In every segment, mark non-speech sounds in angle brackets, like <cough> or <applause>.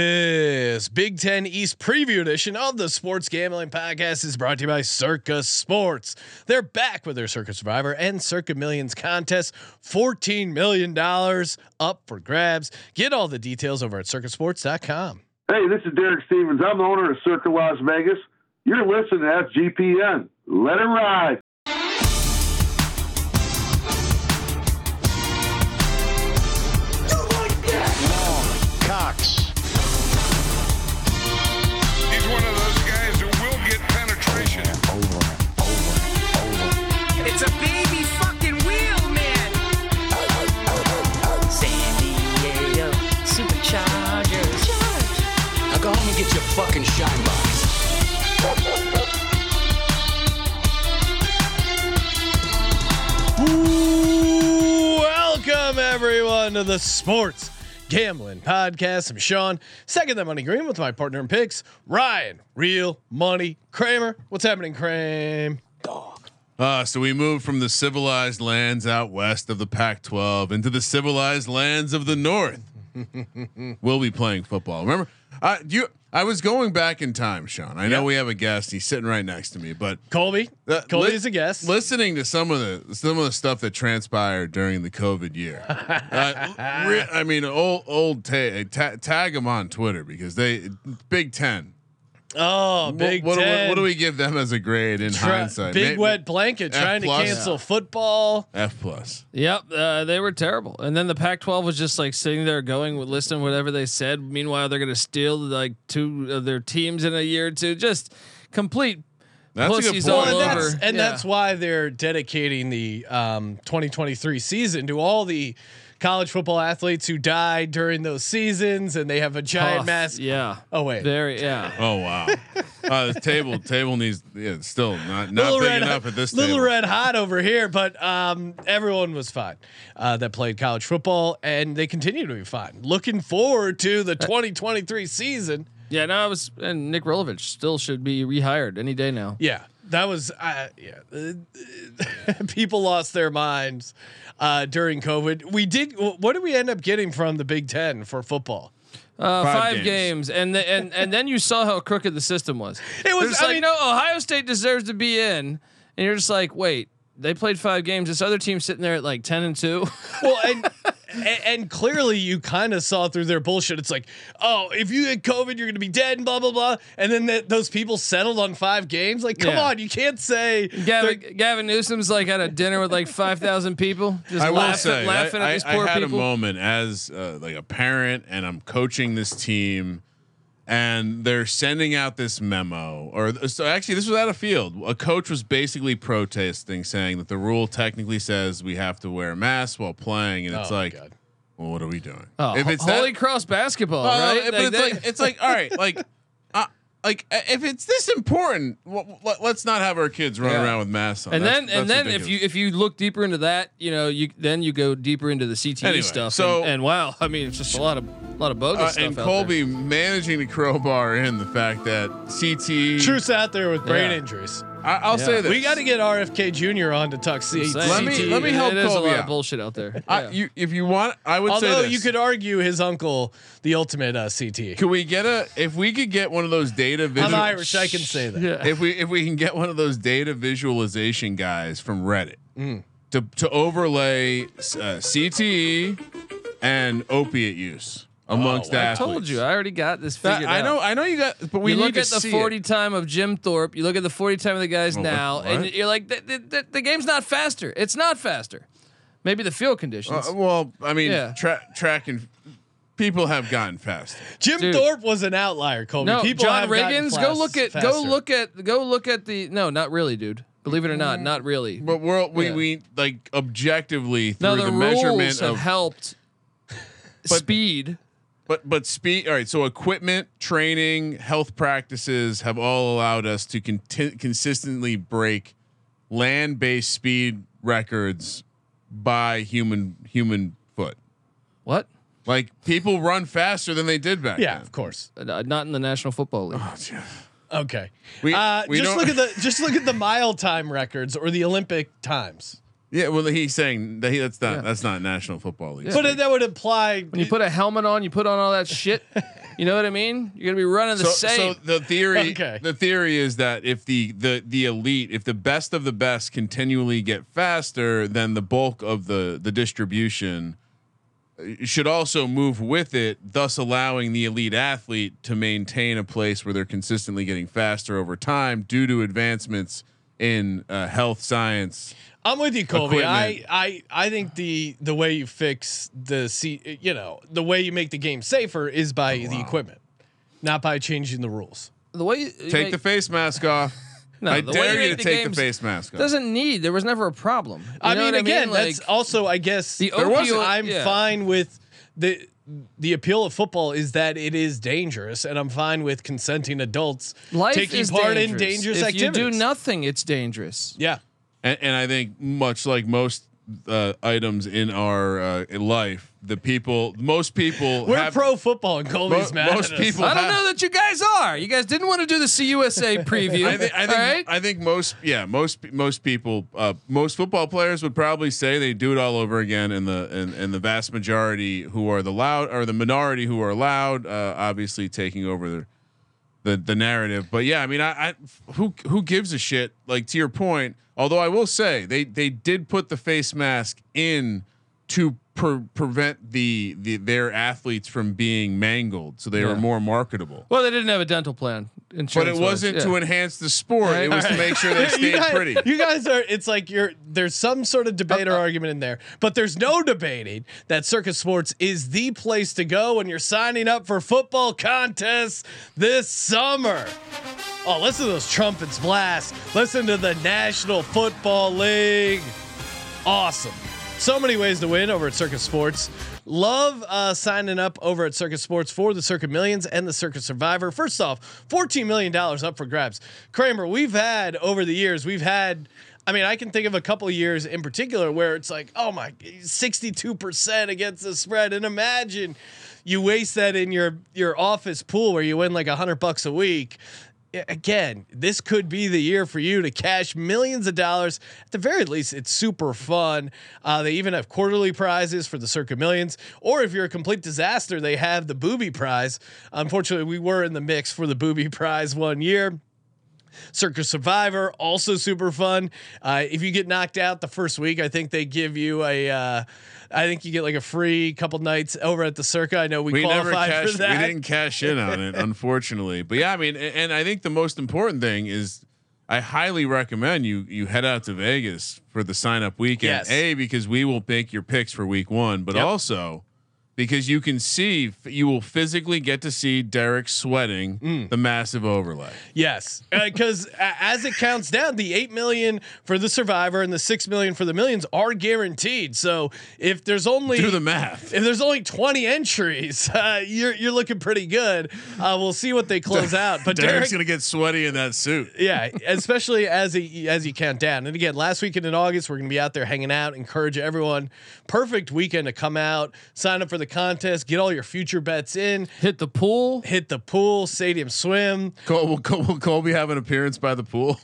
This Big Ten East preview edition of the Sports Gambling Podcast is brought to you by Circus Sports. They're back with their Circus Survivor and Circa Millions contest. $14 million up for grabs. Get all the details over at circusports.com. Hey, this is Derek Stevens. I'm the owner of Circa Las Vegas. You're listening to FGPN. Let it ride. Cox. He's one of those guys who will get penetration. It's a baby fucking wheel, man. San Diego Superchargers. Now go home and get your fucking shine box. Welcome, everyone, to the Sports Gambling Podcast. I'm Sean, second the money green with my partner in picks, Ryan, real money Kramer. What's happening, Kramer? Uh, so we moved from the civilized lands out west of the Pac 12 into the civilized lands of <laughs> the north. we'll be playing football. Remember, I, you, I was going back in time, Sean. I know we have a guest. He's sitting right next to me, but Colby. uh, Colby li- is a guest. Listening to some of the some of the stuff that transpired during the <laughs> COVID year, uh, re- I mean, old old ta- ta- tag them on Twitter because they Big Ten. oh, Wh- Big what, do- Ten. What, do we give them as a grade in Try- hindsight? Big May- wet blanket F trying to plus. cancel football. F plus. Yep, uh, they were terrible. And then the Pac-12 was just like sitting there, going, with listening to whatever they said. Meanwhile, they're going to steal like two of their teams in a year or two. Just complete. That's Pussy's a good all Well, point. and over. that's, and Yeah. that's why they're dedicating the um, 2023 season to all the college football athletes who died during those seasons, and they have a giant off. mass. Yeah. Oh, wait. Very. Yeah. Oh wow! <laughs> Uh, the table table needs yeah, it's still not not big enough at this little table. red hot over here, but um, everyone was fine uh, that played college football, and they continue to be fine. Looking forward to the 2023 season. Yeah. No, I was. And Nick Rolovich still should be rehired any day now. Yeah, that was uh, yeah. <laughs> Uh, people lost their minds uh, during COVID. We did. wh- What did we end up getting from the Big Ten for football? Uh, Five five, games. games, and the, and and then you saw how crooked the system was. It was- They're just I like, mean- no, Ohio State deserves to be in, and you're just like, wait, they played five games. This other team's sitting there at like ten and two. <laughs> Well, and <laughs> and, and clearly you kind of saw through their bullshit. It's like, oh, if you get COVID, you're gonna be dead and blah blah blah. And then that those people settled on five games. Like, come Yeah. on, you can't say Gavin, Gavin Newsom's like at a dinner with like five thousand people, just I will laughing, say, laughing I, at I- these I poor had people. a moment as uh, like a parent, and I'm coaching this team, and they're sending out this memo. Or th- so, actually, this was at a field. A coach was basically protesting, saying that the rule technically says we have to wear masks while playing, and it's Oh, like, God. well, what are we doing? Oh, if it's Holy that, Cross basketball, Well, right? it- Uh, But Like it's they- like it's like all right, like uh, like uh, if it's this important, wh- wh- let's not have our kids run Yeah. around with masks on. and That's- then and that's then if you ridiculous. if you look deeper into that, you know, you then you go deeper into the CTE Anyway, stuff. so- and, and wow, I mean, it's just a lot of a lot of bogus Uh, stuff. and out Colby managing to crowbar in the fact that CT. truths out there with brain Yeah. injuries. I, I'll Yeah. say this. We got to get RFK Jr. on to talk C- there. Let me- CTE. let me help It is a Colby lot out. of bullshit out there. I- Yeah. you, if you want, I would say Although this. you could argue his uncle, the ultimate uh, CT. Could we get a? If we could get one of those data I'm visual. Irish. I can say that. <laughs> Yeah. If we if we can get one of those data visualization guys from Reddit Mm. to to overlay uh, CTE and opiate use amongst wow. I Oh, I athletes. told you, I already got this That- figured out. I know, I know you got, but we you need look to at the see 40 It. time of Jim Thorpe. You look at the 40 time of the guys Well, now, what- and what? you're like, the, the, the, the game's not faster. It's not faster. Maybe the field Uh, conditions. well, I mean, Yeah. tra- track and people have gotten faster. Jim Dude. Thorpe was an outlier, Colby. no, People John have gotten Riggins. Go fast- look at go faster. look at go look at the no, not really, dude. Believe it or not, not really. But we're, we Yeah. we like objectively through no, the, the, rules measurement have of <laughs> helped speed. but but speed. All right, so equipment, training, health practices have all allowed us to conti- consistently break land-based speed records by human human foot. What? Like people run faster than they did back Yeah, then. of course. Uh, Not in the National Football League. Oh, Okay. We- uh, we just don't- look at the just look at the mile time records or the Olympic times. Yeah, well, he's saying that he, that's not Yeah. that's not National Football League. But that would imply When you put a helmet on, you put on all that shit. You know what I mean? You're gonna be running the so, same. so the theory <laughs> Okay. the theory is that if the the the elite if the best of the best continually get faster then the bulk of the the distribution uh, should also move with it thus allowing the elite athlete to maintain a place where they're consistently getting faster over time due to advancements in uh, health science I'm with you, Colby. I, Equipment. I I think the the way you fix the seat, you know, the way you make the game safer is by Oh, the equipment, not by changing the rules. the way you you take make- the face mask off <laughs> No, i the way dare you you, make to the take the games face mask off doesn't need. There was never a problem. You I know mean, what again, Like, that's also, I guess, The there wasn't- opioid- I'm yeah. fine with the the appeal of football is that it is dangerous, and I'm fine with consenting adults life taking is part dangerous. in dangerous if activities. you do nothing, it's dangerous. yeah, And, and I think much like most uh, items in our uh, in life, the people, most people, we're have, pro football, and Colby's Mo- mad. most at us. people- I don't have- know that you guys are. You guys didn't want to do the CUSA preview. I think, I think, all right? I think most, yeah, most, pe- most people, uh, most football players would probably say they do it all over again. And the, and, and the vast majority who are the loud or the minority who are loud, uh, obviously taking over the, the, the narrative. But yeah, I mean, I, I, who, who gives a shit? Like to your point, although I will say they, they did put the face mask in to pre- prevent the, the, their athletes from being mangled. So they Yeah. were more marketable. well, they didn't have a dental plan. But Insurance it wasn't to enhance the sport. It was to make <laughs> sure they you stayed guys, pretty. you guys are. It's like you're. There's some sort of debate or argument in there, but there's no debating that Circus Sports is the place to go when you're signing up for football contests this summer. Oh, listen to those trumpets blast! Listen to the National Football League. Awesome. So many ways to win over at Circus Sports. Love uh, signing up over at Circus Sports for the Circuit Millions and the Circuit Survivor. First off, $14 million up for grabs. Kramer, we've had over the years, we've had, I mean, I can think of a couple years in particular where it's like, oh my, 62% against the spread. And imagine you waste that in your, your office pool where you win like 100 bucks a week again, this could be the year for you to cash millions of dollars. At the very least, it's super fun. Uh, they even have quarterly prizes for the circa millions, or if you're a complete disaster, they have the booby prize. Unfortunately, we were in the mix for the booby prize one year. Circus Survivor, also super fun. Uh, if you get knocked out the first week, I think they give you a. Uh, I think you get like a free couple nights over at the Circa. I know we, We never qualified for cashed. We that. didn't cash in on it, unfortunately. But yeah, I mean, a- and I think the most important thing is, I highly recommend you you head out to Vegas for the sign up weekend. Yes. A because we will make your picks for week one, but Yep. also because you can see you will physically get to see Derek sweating Mm. the massive <laughs> overlay. Yes, because as it counts down, the eight million for the survivor and the six million for the millions are guaranteed. So if there's only Do the math. if there's only 20 entries, <laughs> uh, you're you're looking pretty good. Uh, we'll see what they <laughs> close out. But Derek, Derek's gonna get sweaty in that suit. yeah, especially as he, as you count down. And again, last weekend in August, we're going to be out there hanging out. Encourage everyone. Perfect weekend to come out, sign up for the contest, get all your future bets in, hit the pool. hit the pool, stadium swim. Col- will, Col- will Colby have an appearance by the pool?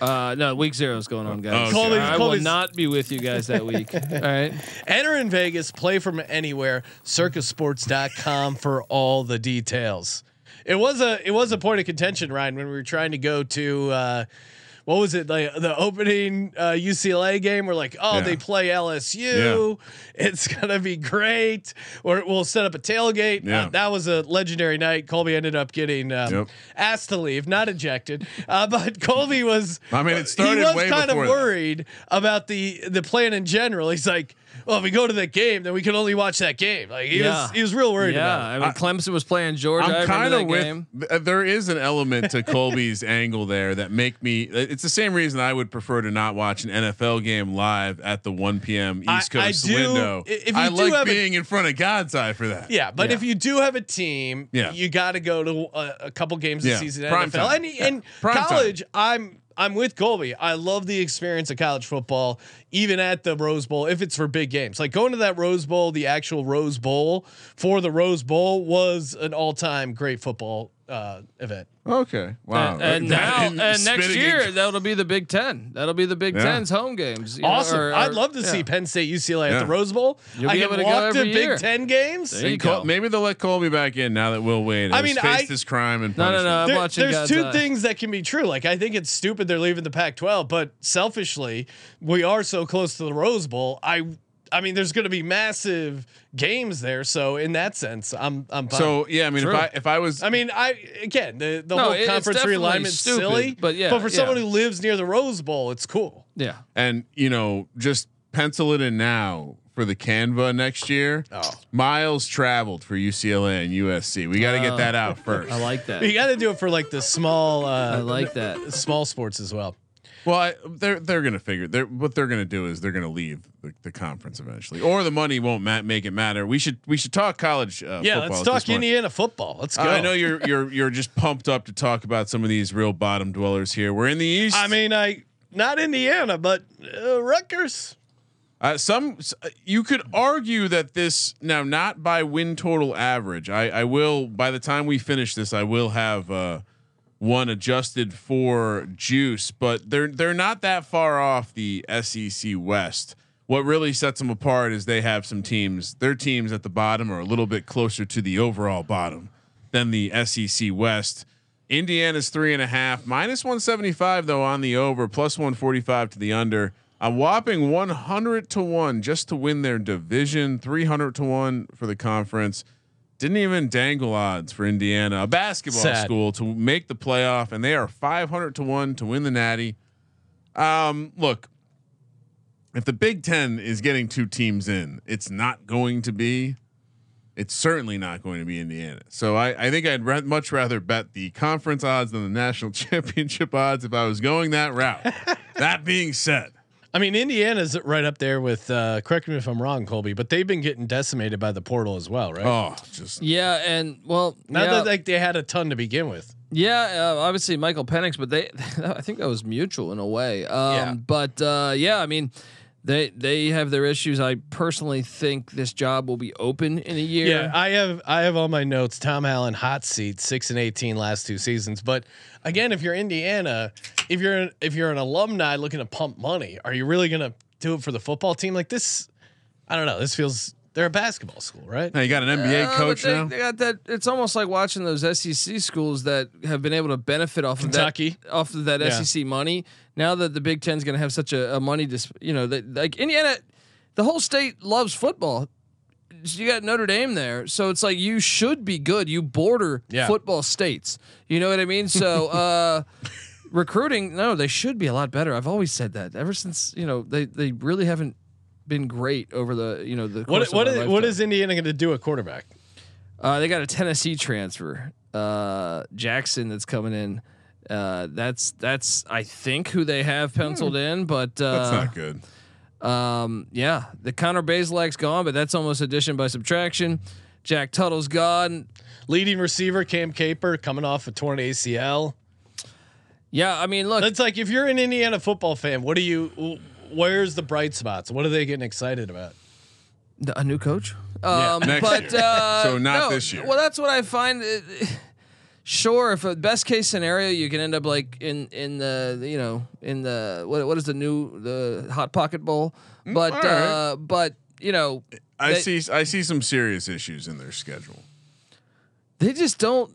Uh, no, week zero is going on, guys. Oh, Colby's- I will Colby's- not be with you guys that week. All right. Enter in Vegas, play from anywhere, circusports.com for all the details. It was a it was a point of contention, Ryan, when we were trying to go to uh what was it like the opening uh, UCLA game? We're like, oh, Yeah. they play LSU. It's gonna be great. Or we'll set up a tailgate. Uh, Yeah. that was a legendary night. Colby ended up getting um, Yep. asked to leave, not ejected. Uh, but Colby was. I mean, it started He was way kind of before that. worried about the the plan in general. He's like, well, if we go to that game, then we can only watch that game. Like he Yeah. was he was real worried yeah, about. It. I mean, Clemson was playing Georgia. i I'm remember kind that of with. game. th- uh, There is an element to Colby's <laughs> angle there that make me. uh, It's the same reason I would prefer to not watch an NFL game live at the 1 p.m. East I- Coast I do- window. i- if you I do like have a- being in front of God's eye for that. Yeah, but Yeah. if you do have a team, Yeah. you got to go to uh, a, a couple games Yeah. a season in Prime NFL. time. And Yeah. in Prime time. college, I'm I'm with Colby. I love the experience of college football, even at the Rose Bowl, if it's for big games. Like going to that Rose Bowl, the actual Rose Bowl for the Rose Bowl was an all time great football uh, event. Okay. Wow. And, Uh, and Oh, That- now, in and next spitting year, ink- that'll be the Big Ten. That'll be the Big Yeah. Ten's home games. you know, Awesome! or- I'd or- love to see yeah. Penn State UCLA at Yeah. the Rose Bowl. You'll I be can able to go walk to every year. Big Ten games. There you Hey, Col- go. maybe they'll let Colby back in now that Will Wade I has mean, I- faced his crime and No, no, no. punishment. I'm There- watching. there's God's two Eye. things that can be true. Like I think it's stupid they're leaving the Pac-12, but selfishly, we are so close to the Rose Bowl. I I mean, there's going to be massive games there. So in that sense, I'm I'm fine. So yeah, I mean, True. if I if I was I mean, I again the the No, whole it- it's conference definitely realignment's stupid, silly, but yeah, But for yeah. someone who lives near the Rose Bowl, it's cool. Yeah. and you know just pencil it in now for the Canva next year. Oh. Miles traveled for UCLA and USC. We got to Oh. get that out <laughs> first. I like You that. got to do it for like the small uh, I like that. small sports as well. Well, I, they're they're gonna figure. They're what they're gonna do is they're gonna leave the, the conference eventually, or the money won't ma- make it matter. We should we should talk college. Uh, Yeah, football let's at this talk point. Indiana football. Let's go. I know you're you're you're just pumped up to talk about some of these real bottom dwellers here. We're in the East. I mean, I not Indiana, but uh, Rutgers. Uh, some s- you could argue that this now not by win total average. I, I will by the time we finish this, I will have uh, one adjusted for juice, but they're they're not that far off the SEC West. What really sets them apart is they have some teams. Their teams at the bottom are a little bit closer to the overall bottom than the SEC West. Indiana's three and a half, minus 175 though on the over, plus 145 to the under. A whopping 100 to one just to win their division, 300 to one for the conference. Didn't even dangle odds for Indiana, a basketball Sad. school to make the playoff, and they are 500 to one to win the Natty. Um, look, if the Big Ten is getting two teams in, it's not going to be it's certainly not going to be Indiana. So I, I think I'd ra- much rather bet the conference odds than the national <laughs> championship odds if I was going that route. <laughs> that being said, I mean, Indiana's right up there with. Uh, correct me if I'm wrong, Colby, but they've been getting decimated by the portal as well, right? oh, just Yeah, and well, Not yeah, that like they had a ton to begin with. yeah uh, obviously Michael Penix, but they, <laughs> I think that was mutual in a way. Um, Yeah. But uh, yeah, I mean, they they have their issues. I personally think this job will be open in a year. Yeah, I have I have on my notes Tom Allen hot seat six and eighteen last two seasons. But again, if you're Indiana, if you're an, if you're an alumni looking to pump money, are you really gonna do it for the football team? Like this, I don't know. This feels they're a basketball school, right? now you got an NBA Uh, but coach they, now. they got that. It's almost like watching those SEC schools that have been able to benefit off Kentucky. of that, off of that Yeah. SEC money. Now that the Big Ten's going to have such a, a money, dis, you know, that like Indiana, the whole state loves football. You got Notre Dame there, so it's like you should be good. You border Yeah. football states. You know what I mean? <laughs> So. uh recruiting no they should be a lot better i've always said that ever since you know they they really haven't been great over the you know the What course what of my is, what lifetime. is Indiana gonna do at quarterback? Uh, they got a Tennessee transfer, uh, Jackson, that's coming in. Uh, that's that's I think who they have penciled in, but Hmm. That's uh, not good. um, yeah, the Connor Bazelak's gone, but that's almost addition by subtraction. Jack Tuttle's gone. Leading receiver Cam Caper coming off a torn ACL. Yeah, I mean, look, That's like if you're an Indiana football fan, what do you? Where's the bright spots? What are they getting excited about? th- a new coach. Um, Next but year. <laughs> uh, So not no, this year. Well, that's what I find. uh, Sure, if a best case scenario, you can end up like in in the you know in the what what is the new the hot pocket bowl, but Mm, all right. uh, but you know I they- see I see some serious issues in their schedule. they just don't.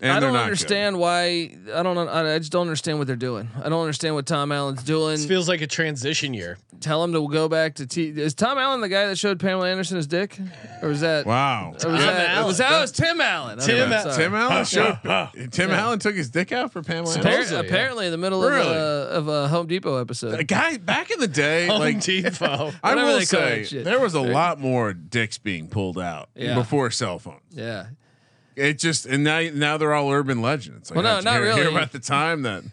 And I they're don't not good. understand why. I don't. I I just don't understand what they're doing. I don't understand what Tom Allen's doing. This feels like a transition year. Tell him to go back to T. Is Tom Allen the guy that showed Pamela Anderson his dick, or is that? Wow. Or was Tom that, Allen. was that was Tim Allen. Okay, Tim I'm Al- sorry. Tim Allen showed, Tim Allen took his dick out for Pamela. Appar- Anderson? Supposedly, yeah. apparently, in the middle Really? of, a, of a Home Depot episode. A guy back in the day, Home like <laughs> Depot. I Whatever will they call say, that shit. there was a lot more dicks being pulled out Yeah. before cell phones. Yeah. It just and now now they're all urban legends. Like, Well, no, I just not hear, really. Hear about the time that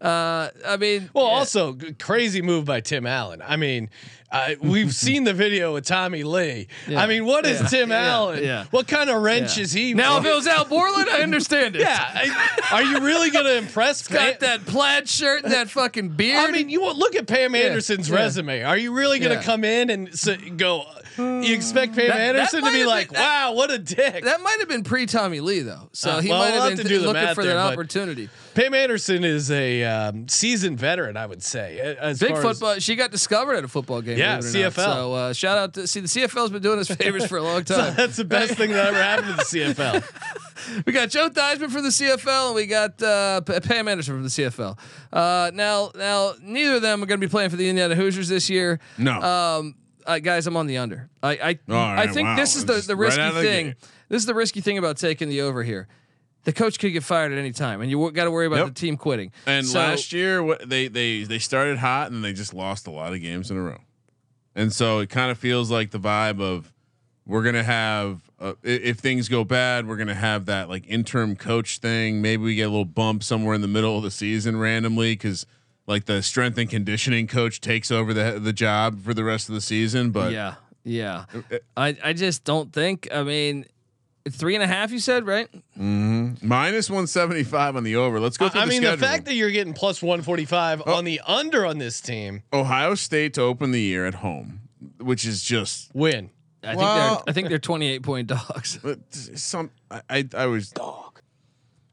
Uh, I mean, Well, yeah. also g- crazy move by Tim Allen. I mean, I we've <laughs> seen the video with Tommy Lee. I mean, what is Yeah. Tim Yeah. Allen? Yeah. What kind of wrench Yeah. is he? now if with? it was Al Borland, I understand it. <laughs> yeah, I- are you really gonna impress? Pam- got that plaid shirt and that fucking beard. I mean, you won't look at Pam Anderson's Yeah. resume. Are you really gonna Yeah. come in and s- go? You expect Peyton That- that Anderson to might be have like, been- "Wow, what a dick!" That might have been pre Tommy Lee though, so Uh, he well, might we'll have have been to do the looking math for there, that but- opportunity. Pam Anderson is a um, seasoned veteran, I would say. a- As Big far as- football. She got discovered at a football game. Yeah, believe it or not. CFL. So uh, shout out to see the CFL's <laughs> been doing us favors for a long time. That's the best thing that ever happened to the <laughs> CFL. We got Joe Theismann from the CFL, and we got uh, P- Pam Anderson from the CFL. Uh, now, now neither of them are going to be playing for the Indiana Hoosiers this year. No. um, <laughs> uh, guys, I'm on the under. I I, All right, I think wow. this is the Just the right risky out of the thing. gate. this is the risky thing about taking the over here. The coach could get fired at any time, and you got to worry about Yep. the team quitting. And So- last year, what they they they started hot and they just lost a lot of games in a row, and so it kind of feels like the vibe of we're gonna have uh, i- if things go bad, we're gonna have that like interim coach thing. Maybe we get a little bump somewhere in the middle of the season randomly because like the strength and conditioning coach takes over the the job for the rest of the season. But Uh, yeah, yeah, I I just don't think. I mean, three and a half. You said right? minus one seventy five on the over. Let's go through. I the mean, schedule. the fact that you're getting plus 145 Oh. on the under on this team, Ohio State to open the year at home, which is just win. I think Well- they're I think they're 28 point dogs. <laughs> but some I I, I was dog.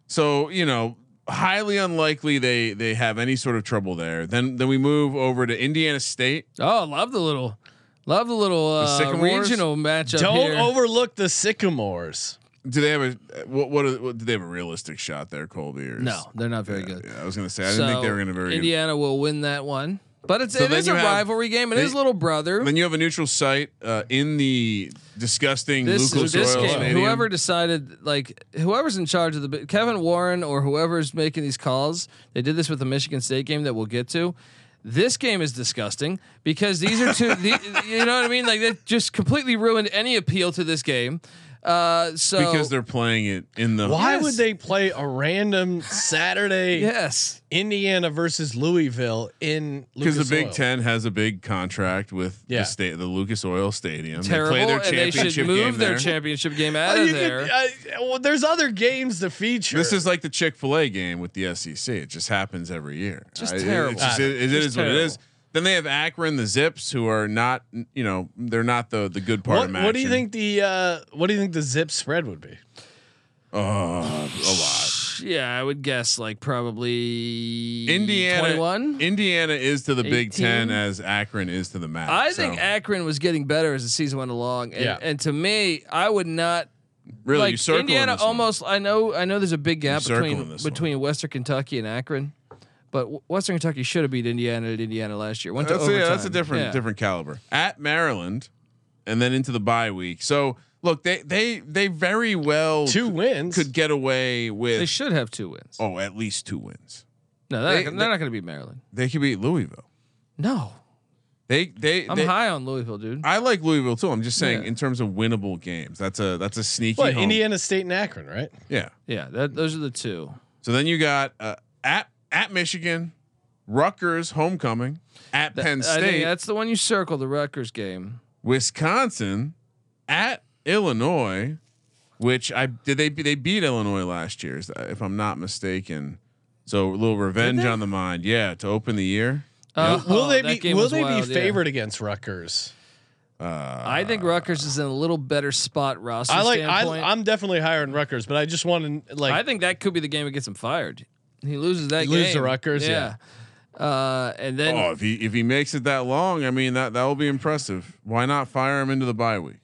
So you know, highly unlikely they they have any sort of trouble there. Then then we move over to Indiana State. Oh, love the little, love the little uh, Sycamores? regional matchup Don't here. overlook the Sycamores. Do they have a what what, are, what do they have a realistic shot there, Colby? Or is- no, they're not very good. Yeah, I was gonna say I didn't think they were gonna very. Indiana will win that one, but it's So it then is a you have- rivalry game. It they- is little brother. Then you have a neutral site uh, in the disgusting This Lucas is this Oil game. Stadium. Whoever decided, like whoever's in charge of the bi- Kevin Warren or whoever's making these calls, they did this with the Michigan State game that we'll get to. This game is disgusting because these are two. <laughs> the, you know what I mean? Like they just completely ruined any appeal to this game. Uh, so because they're playing it in the Why Yes. would they play a random Saturday yes. Indiana versus Louisville in because the Lucas Big Oil? Ten has contract contract with Yeah. the state, the Lucas Oil Stadium. terrible, they play their and championship they should game move their there. Oh, championship game out Uh, of you there. could- uh, well, there's other games to feature. This is like the Chick Fil A game with the SEC. It just happens every year. Just I- it- terrible. It's just, it- it Just is what it is. terrible. Then they have Akron, the Zips, who are not, you know, they're not the the good part what, of what do you think action. the uh, what do you think the zip spread would be? Uh, a lot. yeah, I would guess like probably Indiana, 21. Indiana is to the Big 18? Ten as Akron is to the MAC. I so think Akron was getting better as the season went along, and, Yeah. and to me, I would not really you like circle Indiana. this one. Almost, I know, I know. There's a big gap You're circling between this one. between Western Kentucky and Akron, but W- Western Kentucky should have beat Indiana at Indiana last year. Went Uh, That's to a, overtime. yeah, that's a different Yeah. different caliber. At Maryland, and then into the bye week. So look, they they they very well Two wins. could get away with They should have two wins. oh at least two wins. no, they're, they- not gonna- they- they're not going to beat Maryland. They could beat Louisville. No, They they I'm they- high on Louisville, dude. I like Louisville too. I'm just saying Yeah. in terms of winnable games, that's a that's a sneaky what home. Indiana State and Akron, right? Yeah. yeah, that, those are the two. So then you got uh, at at Michigan, Rutgers homecoming, at Th- Penn I think State, that's the one you circle, the Rutgers game. Wisconsin, at Illinois, which I did they they beat Illinois last year, is- uh, if I'm not mistaken. So a little revenge they? on the mind, yeah, to open the year. Uh, will they that be game Will was they wild, be yeah. favored against Rutgers? Uh, I think Rutgers is in a little better spot roster I like. I, standpoint. I, I'm definitely higher in Rutgers, but I just want to like. think that could be the game that gets him fired. He loses that He game. loses to Rutgers, Uh, and then oh, if he if he makes it that long, I mean that that will be impressive. Why not fire him into the bye week?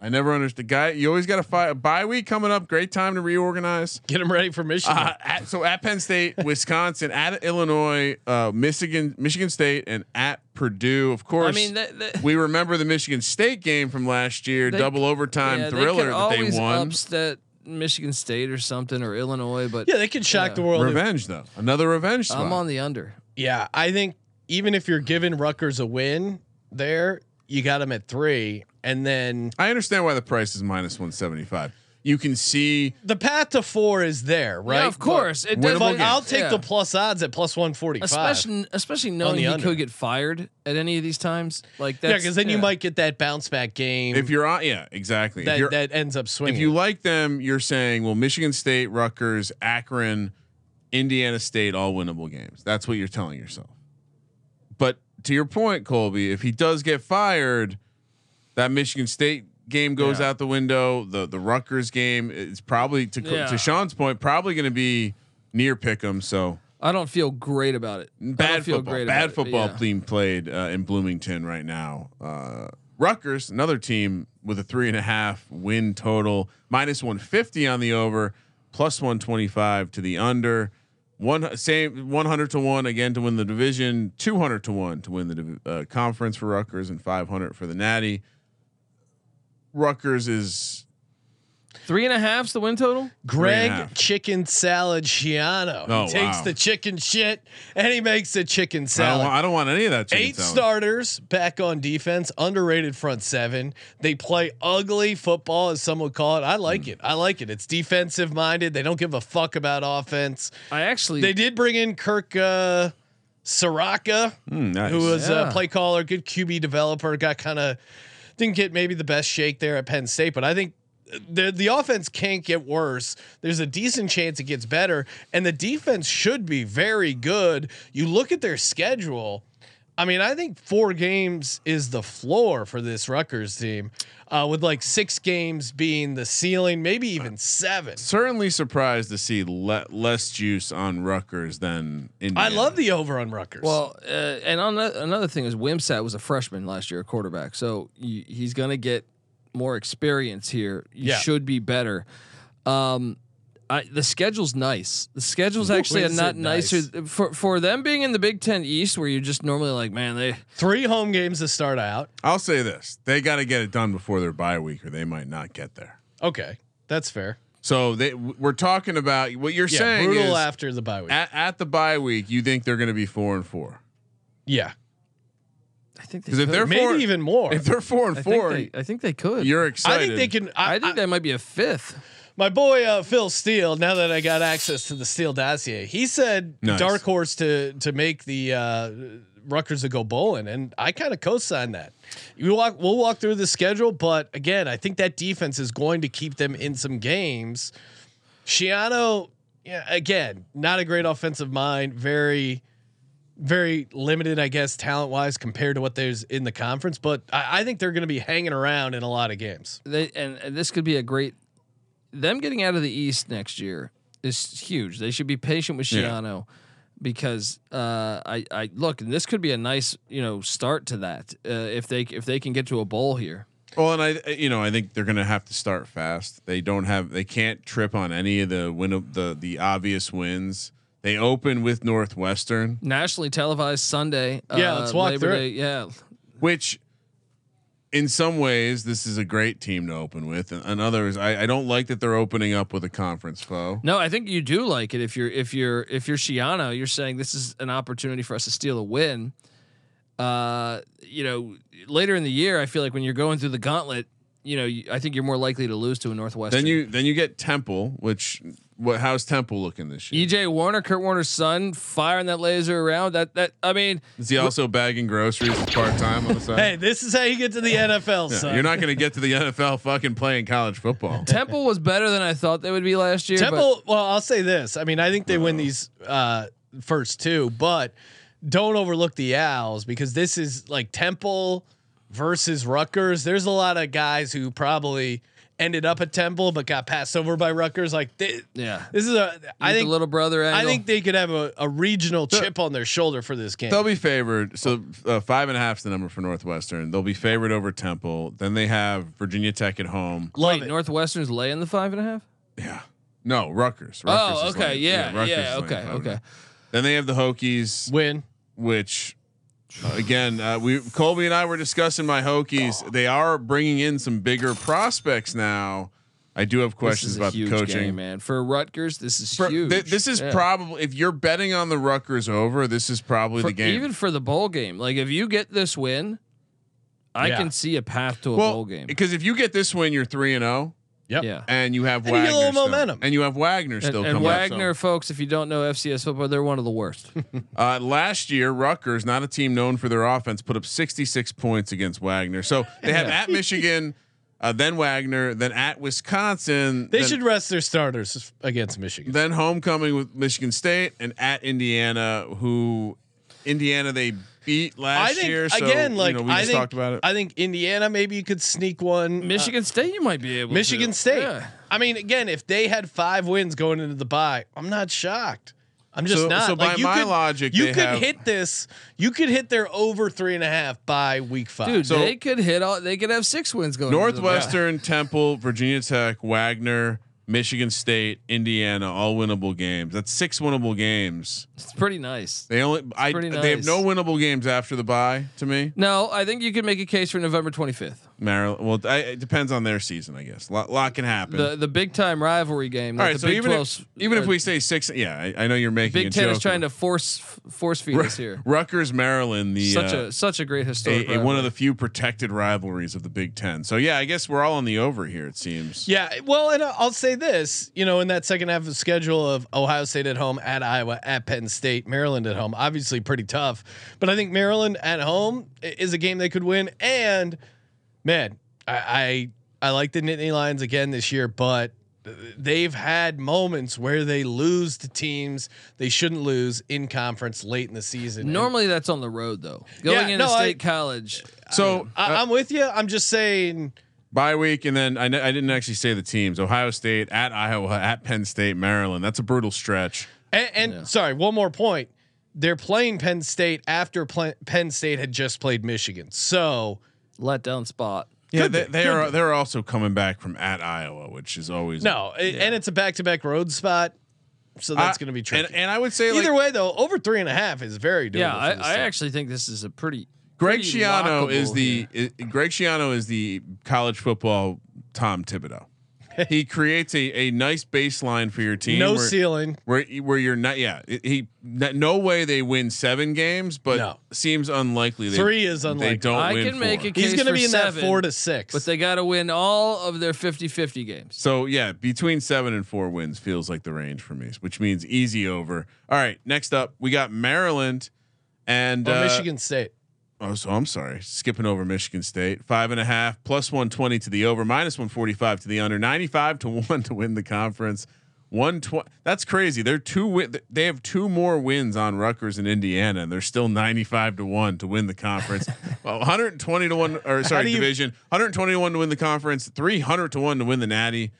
I never understood. Guy, you always got to fire bye week coming up. Great time to reorganize. Get them ready for Michigan. Uh, at, so at Penn <laughs> State, Wisconsin, at Illinois, uh, Michigan, Michigan State, and at Purdue. Of course, I mean, that, that, we remember the Michigan State game from last year, They- double overtime yeah, they thriller could that they always won. upset Michigan State or something or Illinois, but yeah, they could shock yeah. the world. if- Revenge though, another revenge spot. I'm on the under. Yeah, I think even if you're giving Rutgers a win there, you got them at three, and then I understand why the price is minus 175. You can see the path to four is there, right? Yeah, of course. But, It does, Winnable but games. I'll take yeah. the plus odds at plus one forty five. especially especially knowing the he under. could get fired at any of these times. Like that's Yeah, because then you might get that bounce back game if you're on. Yeah, exactly. If that, you're- that ends up swinging. if you like them, you're saying, well, Michigan State, Rutgers, Akron, Indiana State, all winnable games. That's what you're telling yourself. But to your point, Colby, if he does get fired, that Michigan State game goes Yeah. out the window. The the Rutgers game is probably to co- Yeah. to Sean's point probably going to be near pick'em. So I don't feel great about it. I don't bad feel football, great about bad it, but football yeah. being played uh, in Bloomington right now. Uh, Rutgers, another team with a three and a half win total, minus one fifty on the over, plus one twenty five to the under. One same one hundred to one again to win the division, two hundred to one to win the div- uh, conference for Rutgers, and five hundred for the Natty. Rutgers is Three and a half's the win total. Three and a Greg half. Chicken Salad Shiano. Oh, he takes wow. the chicken shit and he makes the chicken I don't, salad. wa- I don't want any of that. chicken Eight salad. starters back on defense, underrated front seven. They play ugly football, as some would call it. I like Mm. it. I like it. It's defensive minded. They don't give a fuck about offense. I actually They did bring in Kirk uh, Soraka, Mm, nice. who was Yeah. a play caller, good QB developer, got kind of didn't get maybe the best shake there at Penn State, but I think the the offense can't get worse. There's a decent chance it gets better, and the defense should be very good. You look at their schedule. I mean, I think four games is the floor for this Rutgers team, uh, with like six games being the ceiling, maybe even seven. certainly surprised to see le- less juice on Rutgers than I Indiana. love the over on Rutgers. Well, uh, and on the, another thing is Wimsat was a freshman last year, a quarterback. So y- he's going to get more experience here. You Yeah. should be better. Um, I, the schedule's nice. The schedule's Ooh, actually is not it nice? nicer for for them being in the Big Ten East, where you're just normally like, man, they three home games to start out. I'll say this: they got to get it done before their bye week, or they might not get there. Okay, that's fair. So they we're talking about what you're Yeah, saying brutal is after the bye week. at, at the bye week you think they're going to be four and four yeah, I think they because if could. they're maybe four, even more. if they're four and I think four, they, I think they could. you're excited. I think they can. I, I think I- that might be a fifth. my boy uh, Phil Steele. Now that I got access to the Steele dossier, he said Nice. dark horse to to make the uh, Rutgers to go bowling, and I kind of co-signed that. You walk, we'll walk through the schedule, but again, I think that defense is going to keep them in some games. Shiano, yeah, again, not a great offensive mind. Very. very limited, I guess, talent wise compared to what there's in the conference. But I, I think they're going to be hanging around in a lot of games. They and, and this could be a great them getting out of the East next year is huge. They should be patient with Yeah. Shiano because uh, I I look and this could be a nice you know start to that uh, if they if they can get to a bowl here. Well, and I, you know, I think they're going to have to start fast. They don't have, they can't trip on any of the win of the the obvious wins. They open with Northwestern, Nationally televised Sunday. Yeah, uh, let's walk Labor through it. Day. Yeah, which in some ways this is a great team to open with and, and others I, I don't like that they're opening up with a conference foe no, I think you do like it if you're if you're if you're Shiano. You're saying this is an opportunity for us to steal a win. Uh, you know, later in the year, I feel like when you're going through the gauntlet, you know, you, I think you're more likely to lose to a Northwestern. then you then you get temple which what how's temple looking this year EJ E Warner, Kurt Warner's son, firing that laser around. That that <laughs> I mean, is he also bagging groceries part-time on the <laughs> side Hey, this is how you get to <laughs> the NFL, Yeah, son. you're not going to get to the nfl fucking playing college football Temple was better than I thought they would be last year. but Temple. Well, I'll say this. I mean, I think they win these uh, first two, but don't overlook the Owls because this is like Temple versus Rutgers. There's a lot of guys who probably ended up at Temple but got passed over by Rutgers. Like, thi- yeah, this is a. I With the think. little brother. Angle. I think they could have a, a regional chip on their shoulder for this game. They'll be favored. So uh, five and a half is the number for Northwestern. They'll be favored over Temple. Then they have Virginia Tech at home. Love Wait, it. Northwestern's laying the five and a half. No, Rutgers. Rutgers Oh, is okay, late. yeah, yeah, Rutgers is late. okay, I don't know. okay. Then they have the Hokies. win. which uh, again, uh, we Colby and I were discussing my Hokies. They are bringing in some bigger prospects now. I do have This is questions a about the huge coaching. game, man. For Rutgers, this is Pro- huge. th- this is Yeah. probably if you're betting on the Rutgers over, this is probably For- the game. even for the bowl game. Like if you get this win, I Yeah. can see a path to a bowl well, game. because if you get this win, you're three and zero, Yep. Yeah. and you have And you Wagner get a little still- momentum. and you have Wagner And, still and coming. up, so- Wagner, folks, if you don't know FCS football, they're one of the worst. <laughs> Uh, last year, Rutgers, not a team known for their offense, put up 66 points against Wagner. So they have at Michigan, uh, then Wagner, then at Wisconsin. They then, should rest their starters against Michigan. then homecoming with Michigan State and at Indiana, who Indiana they beat last I think year. So, again, like you know, we I just think talked about it. I think Indiana maybe you could sneak one. Uh, Michigan State, you might be able. Michigan to. State. Yeah. I mean, again, if they had five wins going into the bye, I'm not shocked. I'm just So- not. so by you my could, logic, you they could have- hit this. You could hit their over three and a half by week five. Dude, So- they could hit all. They could have six wins going. into the bye. Northwestern, Temple, Virginia Tech, Wagner, Michigan State, Indiana, all winnable games. That's six winnable games. It's pretty nice. They only I pretty they have nice. no winnable games after the bye to me. No, I think you could make a case for November 25th. Maryland. Well, I, it depends on their season, I guess. lot, lot can happen. The the big time rivalry game. all right, like the so Big even 12's if, even if uh, we say six, yeah, I, I know you're making a Big Ten joke. is trying to force <laughs> force feed <laughs> us here. Rutgers, Maryland, the Such uh, a such a great historic. a, a- one of the few protected rivalries of the Big Ten. So yeah, I guess we're all on the over here. It seems. Yeah, well, and I'll say this, you know, in that second half of schedule of Ohio State at home, at Iowa, at Penn State, Maryland at home, obviously pretty tough, but I think Maryland at home i- is a game they could win. And man, I I, I like the Nittany Lions again this year, but they've had moments where they lose to teams they shouldn't lose in conference late in the season. And Normally that's on the road though. Going Yeah, into no, I- state college. So I, I'm with you. I'm just saying. bye week, and then I, kn- I didn't actually say the teams: Ohio State at Iowa, at Penn State, Maryland. That's a brutal stretch. And, and sorry, one more point. They're playing Penn State after pla- Penn State had just played Michigan. So Let down spot. Yeah, Could they, be, they could are be. they're also coming back from at Iowa, which is always no, a- and it's a back-to-back road spot. So that's I- going to be tricky. And, and I would say Either like, way, though, over three and a half is very doable. Yeah, I, for this I team. actually think this is a pretty Greg pretty Schiano is lockable the here. i- Greg Schiano is the college football <laughs> Tom Thibodeau. he creates a, a nice baseline for your team. no where- ceiling. where where you're not. Yeah, it- he n- no way they win seven games, but No. seems unlikely. They, Three is They unlikely. don't I win can make four. a He's case going to for be in seven, that four to six. But they got to win all of their 50-50 games. So yeah, between seven and four wins feels like the range for me, which means easy over. All right, next up we got Maryland and Or uh, Michigan State. Oh, so I'm sorry, skipping over Michigan State. Five and a half plus one twenty to the over, minus one forty five to the under, ninety five to <laughs> one to win the conference. One twenty. That's crazy. They're two. Win- they have two more wins on Rutgers and Indiana, and they're still ninety five to one to win <laughs> the conference. well, one hundred and twenty to one, or sorry, do you- division. One hundred twenty to one to win the conference. Three hundred to one to win the Natty.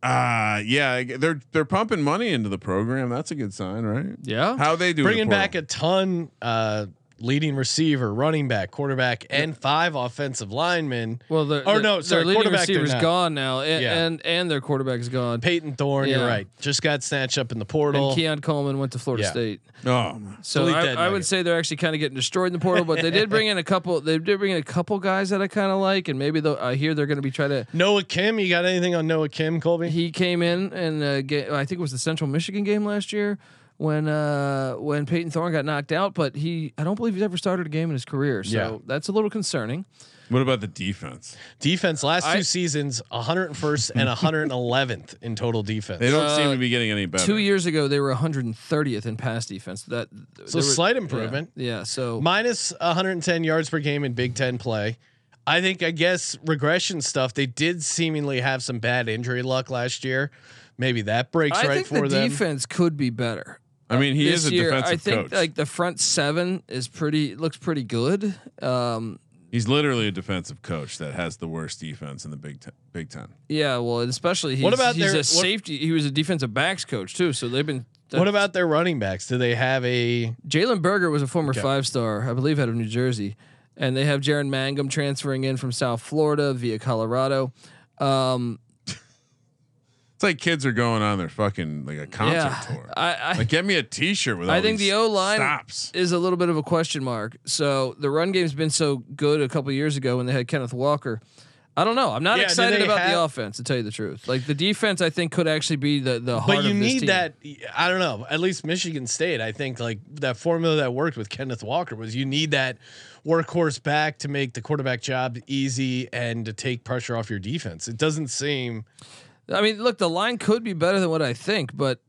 Uh yeah, they're they're pumping money into the program. That's a good sign, right? Yeah. How they do Bringing back a. a ton, uh, leading receiver, running back, quarterback, and five offensive linemen. Well, their, Or their- Oh, no, sorry, their leading quarterback they're receiver's not. gone now, and, Yeah. and and their quarterback is gone. Peyton Thorne, you're Yeah. right. Just got snatched up in the And portal. Keon Coleman went to Florida Yeah. State. Oh, my. So Delete I, that I would nugget. say they're actually kind of getting destroyed in the portal, but they did bring in a couple. They did bring in a couple guys that I kind of like, and maybe they'll- I hear they're going to be trying to. Noah Kim, you got anything on Noah Kim, Colby? He came in and uh, ga- I think it was the Central Michigan game last year when uh, when Peyton Thorne got knocked out, but he I don't believe he's ever started a game in his career, so Yeah. that's a little concerning. what about the defense? defense last I- two seasons, 101st <laughs> and 111th in total defense. They don't seem Uh, to be getting any better. Two years ago, they were 130th in pass defense. That So they were- slight yeah, improvement. Yeah, so Minus 110 yards per game in Big Ten play. I think, I guess, regression stuff. They did seemingly have some bad injury luck last year. Maybe that breaks I right think for the them. defense could be better. I mean, he this is a year, defensive I think coach. like the front seven is pretty looks pretty good. Um, He's literally a defensive coach that has the worst defense in the Big Ten. Big Ten. yeah, well, and especially he's, What about he's their- a what- safety. He was a defensive backs coach too, so they've been. what about their running backs? Do they have a Jalen Berger was a former five star, I believe, out of New Jersey, and they have Jaron Mangum transferring in from South Florida via Colorado. Um, It's like kids are going on their fucking like a concert yeah, tour. I, I like, get me a T-shirt with. I all think these the O line stops. is a little bit of a question mark. So the run game's been so good a couple years ago when they had Kenneth Walker. I don't know. I'm not Yeah, do excited they about the have- offense to tell you the truth. Like the defense, I think could actually be the the heart But you of this need team. that. I don't know. At least Michigan State, I think, like that formula that worked with Kenneth Walker was you need that workhorse back to make the quarterback job easy and to take pressure off your defense. It doesn't seem. I mean, look, the line could be better than what I think, but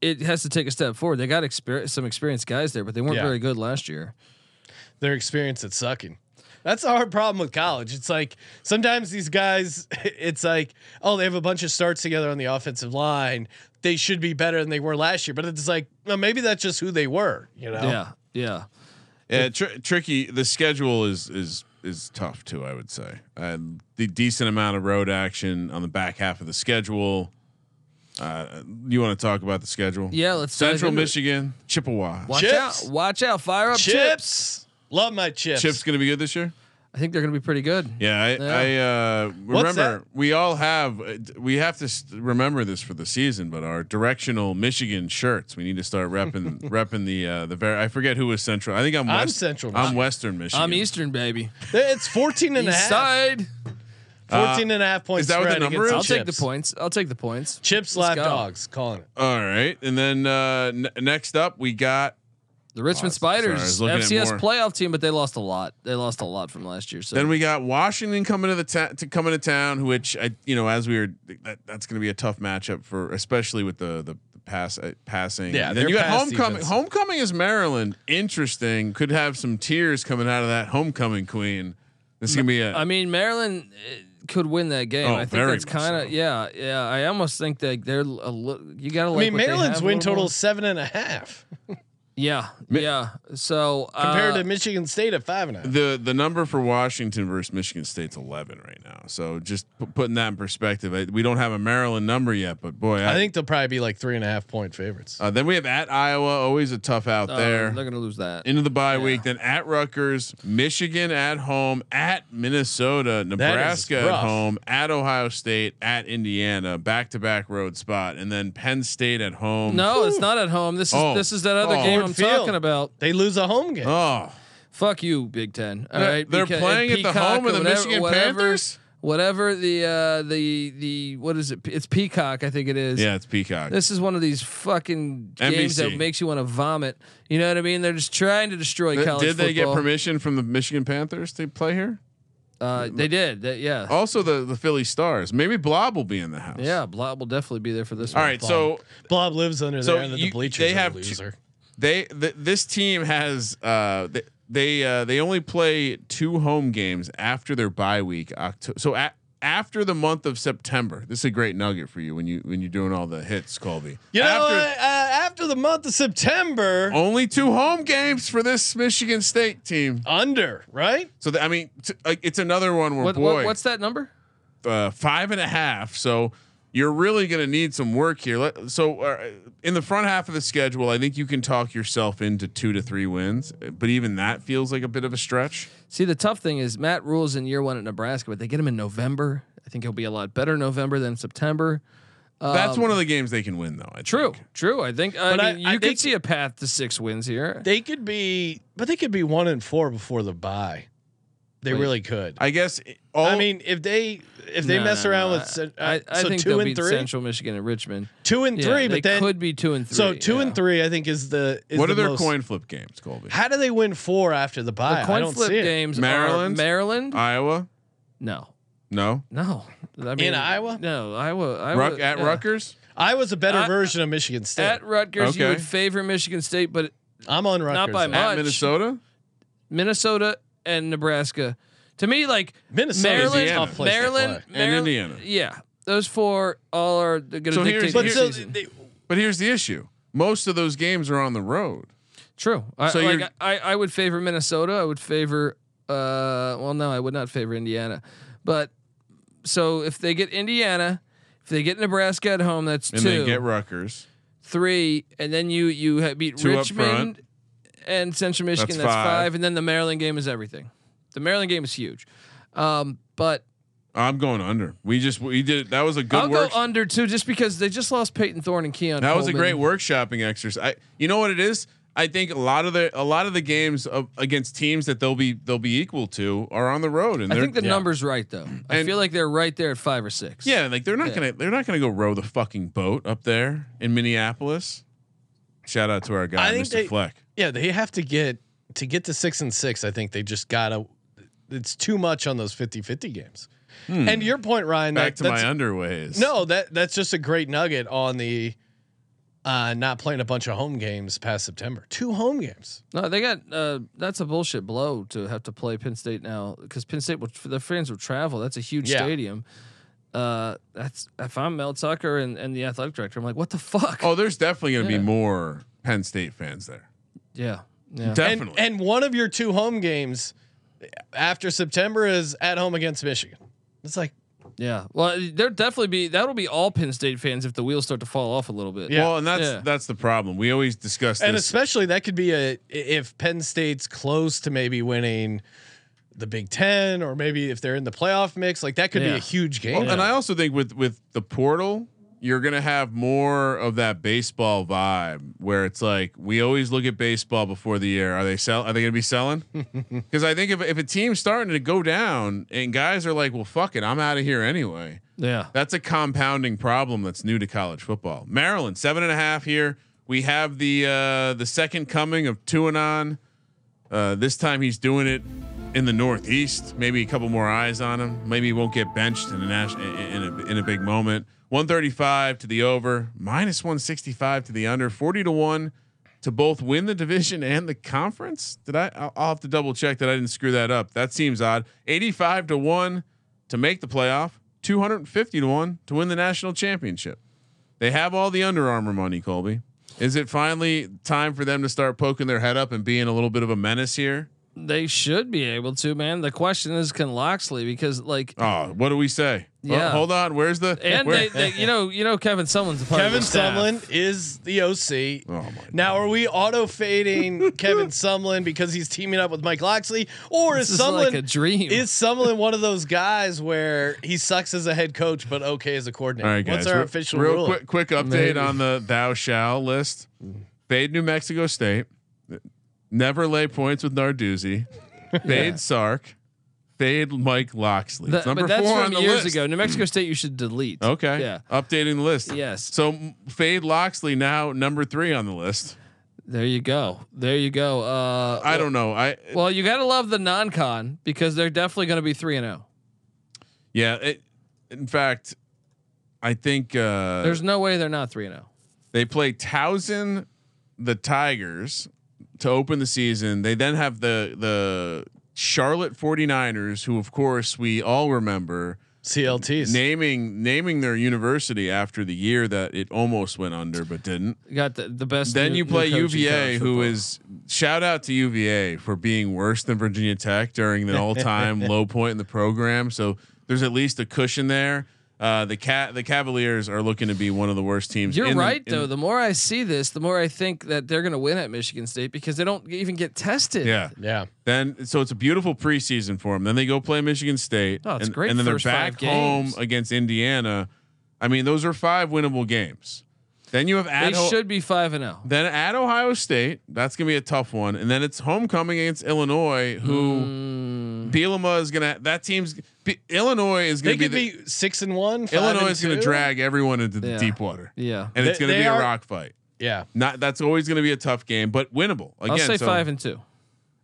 it has to take a step forward. They got experience, some experienced guys there, but they weren't Yeah. very good last year. their experience at sucking. That's a hard problem with college. It's like sometimes these guys, <laughs> it's like, oh, they have a bunch of starts together on the offensive line. They should be better than they were last year. But it's like, no, maybe that's just who they were, you know? Yeah, yeah. Yeah, tr- tricky. The schedule is is is tough too. I would say um, the decent amount of road action on the back half of the schedule. Uh, you want to talk about the schedule? Yeah, let's dive Central into it. Michigan, Chippewa. Watch Chips. out! Watch out! Fire up chips. Chips. Love my chips. Chip's gonna be good this year. I think they're going to be pretty good. Yeah, I, I uh, What's remember we all have. uh, d- We have to st- remember this for the season, but our directional Michigan shirts. We need to <laughs> start repping repping the uh, the. Ver- I forget who was Central. I think I'm. I'm West- Central I'm Michigan. Western Michigan. I'm Eastern baby. It's 14 and a East half. side. 14 and a half points. Uh, is that what the spread number against is? I'll take the Chips. points. I'll take the points. Chips lap Let's go. dogs calling it. All right, and then uh, n- next up we got The Richmond Oh, sorry, I Spiders, was looking at FCS more. playoff team, but they lost a lot. They lost a lot from last year. So Then we got Washington coming to the ta- to coming to town, which I you know as we were that, that's going to be a tough matchup for especially with the the, the pass uh, passing. Yeah, And then their you got pass homecoming. defense. Homecoming is Maryland. Interesting. Could have some tears coming out of that homecoming queen. This is gonna be a I mean, Maryland eh, could win that game. Oh, I think very that's much kind so. of yeah, yeah. I almost think that they're a little. You gotta. Like I mean, what they Maryland's have a win little total more. is seven and a half Yeah, Mi- yeah. So uh, compared to Michigan State at five and a half. the the number for Washington versus Michigan State's eleven right now. So just pu- putting that in perspective, I, we don't have a Maryland number yet, but boy, I, I think they'll probably be like three and a half point favorites. Uh, then we have at Iowa, always a tough out Oh, uh, there. they're gonna lose that. into the bye week, then at Rutgers, Michigan at home, at Minnesota, Nebraska at rough. home, at Ohio State, at Indiana, back to back road spot, and then Penn State at home. no, it's not at home. This is Oh. this is that other Oh. game I'm Ford Field. talking about. They lose a home game. Oh, Fuck you, Big Ten. All They're- right, they're Peacock- playing at the Peacock home of or the Michigan Panthers? Whatever the uh, the the what is it? It's Peacock, I think it is. yeah, it's Peacock. This is one of these fucking games NBC. that makes you want to vomit. You know what I mean? They're just trying to destroy Th- college Did they get football. permission from the Michigan Panthers to play here? Uh, they did. That, yeah. Also, the, the Philly Stars. Maybe Blob will be in the house. Yeah. Blob will definitely be there for this All one. right. So Blob lives under So there under you- the bleachers. they They have have two- loser. they th- this team has uh they they, uh, they only play two home games after their bye week October so a- after the month of September this is a great nugget for you when you when you're doing all the hits Colby you know, after uh, after the month of September, only two home games for this Michigan State team under right? so th- I mean t- like, it's another one where What, boy what, what's that number? uh, five and a half. So you're really going to need some work here. Let, so uh, in the front half of the schedule, I think you can talk yourself into two to three wins, but even that feels like a bit of a stretch. See, the tough thing is Matt rules in year one at Nebraska, but they get him in November. I think he'll be a lot better in November than September. That's one of the games they can win, though. I Um, True, think. true. I think I But I- mean, I you can think- see a path to six wins here. They could be, but they could be one and four before the bye. They Wait. really could. I guess. it- All, I mean, if they if they No, mess no, no, around I- with uh, I, I so think two they'll and beat three, Central Michigan and Richmond. two and Yeah, three, they but then could be two and three. so two yeah. and three. I think is the is what the are their most- coin flip games, Colby? How do they win four after the bye? The I coin don't flip see it. games Maryland? are Maryland. Iowa? no, No. no. I mean, Iowa? No, Iowa. Iowa Ruck, at yeah. Rutgers? I was a better At- version of Michigan State. At Rutgers, you Okay. would favor Michigan State, but I'm on Rutgers. by though. much. At Minnesota? Minnesota and Nebraska. To me, like Minnesota, Maryland, Indiana. tough place to Maryland, play. And Maryland- Indiana. Yeah, those four all are going to So here's- dictate But the But so season. they, But here's the issue most of those games are on the road. True. I, So like you're- I, I would favor Minnesota. I would favor. Uh, well, no, I would not favor Indiana. But so if they get Indiana, if they get Nebraska at home, that's And two, then get Rutgers. three, and then you you ha- beat Two up Richmond and Central Michigan. That's That's, five. five. and then the Maryland game is everything. The Maryland game is huge. Um, but I'm going under. We just, we did, that was a good I'll work. go under too, just because they just lost Peyton Thorne and Keon. That was a Coleman. great workshopping exercise. I, you know what it is? I think a lot of the a lot of the games of, against teams that they'll be they'll be equal to are on the road, and I they're think the number's right though. I And- feel like they're right there at five or six. yeah, like they're not Yeah. gonna they're not gonna go row the fucking boat up there in Minneapolis. Shout out to our guy, I think Mr. they- Fleck. yeah, they have to get to get to six and six. I think they just gotta. It's too much on those 50-50 games. And to your point, Ryan. Hmm. Back that, to that's, my underways. No, that that's just a great nugget on the uh, not playing a bunch of home games past September. Two home games. No, they got. Uh, that's a bullshit blow to have to play Penn State now because Penn State will the fans will travel. That's a huge Yeah. stadium. Uh, that's if I'm Mel Tucker and, and the athletic director, I'm like, what the fuck? Oh, there's definitely gonna Yeah. be more Penn State fans there. Yeah, Yeah. And, Definitely. and one of your two home games after September is at home against Michigan. It's like Yeah. Well, there definitely be that'll be all Penn State fans if the wheels start to fall off a little bit. Yeah. Well, and that's Yeah. that's the problem. We always discuss and this. especially that could be a i- if Penn State's close to maybe winning the Big 10 or maybe if they're in the playoff mix, like that could be Yeah. a huge game. Well, And I also think with with the portal, you're gonna have more of that baseball vibe where it's like we always look at baseball before the year. Are they sell? Are they gonna be selling? Because I think if if a team's starting to go down and guys are like, well, fuck it, I'm out of here anyway. Yeah. That's a compounding problem that's new to college football. Maryland seven and a half here. We have the uh, the second coming of Tuanon. Uh, this time he's doing it in the Northeast. Maybe a couple more eyes on him. Maybe he won't get benched in a nas- in a, in a big moment. 135 to the over, minus 165 to the under, 40 to one to both win the division and the conference. Did I? I'll, I'll have to double check that I didn't screw that up. That seems odd. 85 to one to make the playoff, 250 to one to win the national championship. They have all the Under Armour money, Colby. Is it finally time for them to start poking their head up and being a little bit of a menace here? They should be able to, man. The question is can Loxley because <laughs> like Oh, what do we say? Oh, Yeah. hold on. Where's the and where- they, they you know, you know Kevin Sumlin's a part of Kevin the staff. Sumlin is the OC. Oh my Now, are we auto <laughs> fading Kevin Sumlin because he's teaming up with Mike Loxley, or This is is like Sumlin a dream. is Sumlin one of those guys where he sucks as a head coach but okay as a coordinator? All right, guys. What's our re- official real ruling? quick quick update Maybe. on the thou shall list? Fade New Mexico State. Never lay points with <laughs> Narduzzi. Fade Sark. Fade Mike Loxley. That- It's number but that's four from on the years list. ago. New Mexico State you should delete. Okay. Yeah. Updating the list. Yes. So m- Fade Loxley now number three on the list. There you go. There you go. Uh I don't know. I Well, you got to love the non-con because they're definitely going to be 3 and oh. 0. yeah. It, in fact, I think uh, There's no way they're not 3 and oh. 0. They play Towson, the Tigers, to open the season. They then have the the Charlotte 49ers, who of course we all remember CLTs. naming naming their university after the year that it almost went under but didn't. You got the, the best Then new- you new play coach in UVA, college who football. is shout out to UVA for being worse than Virginia Tech during the all <laughs> time low point in the program. So there's at least a cushion there. Uh, the cat the Cavaliers are looking to be one of the worst teams. You're in the- right, in- though. The more I see this, the more I think that they're going to win at Michigan State because they don't even get tested. yeah. yeah. Then so it's a beautiful preseason for them. Then they go play Michigan State. Oh, it's and, great And then first they're five back home games. against Indiana. I mean, those are five winnable games. Then you have they at Ho- should be five and oh. zero. then at Ohio State. That's gonna be a tough one. And then it's homecoming against Illinois, who Bielema is gonna. That team's B- Illinois is Hmm. They gonna be, could be, six and one. the, five Illinois and is gonna two. drag everyone into the Yeah. deep water, Yeah, and it's They- gonna be they are- a rock fight. Yeah. Not that's always gonna be a tough game, but winnable. Again, I'll say so- five and two.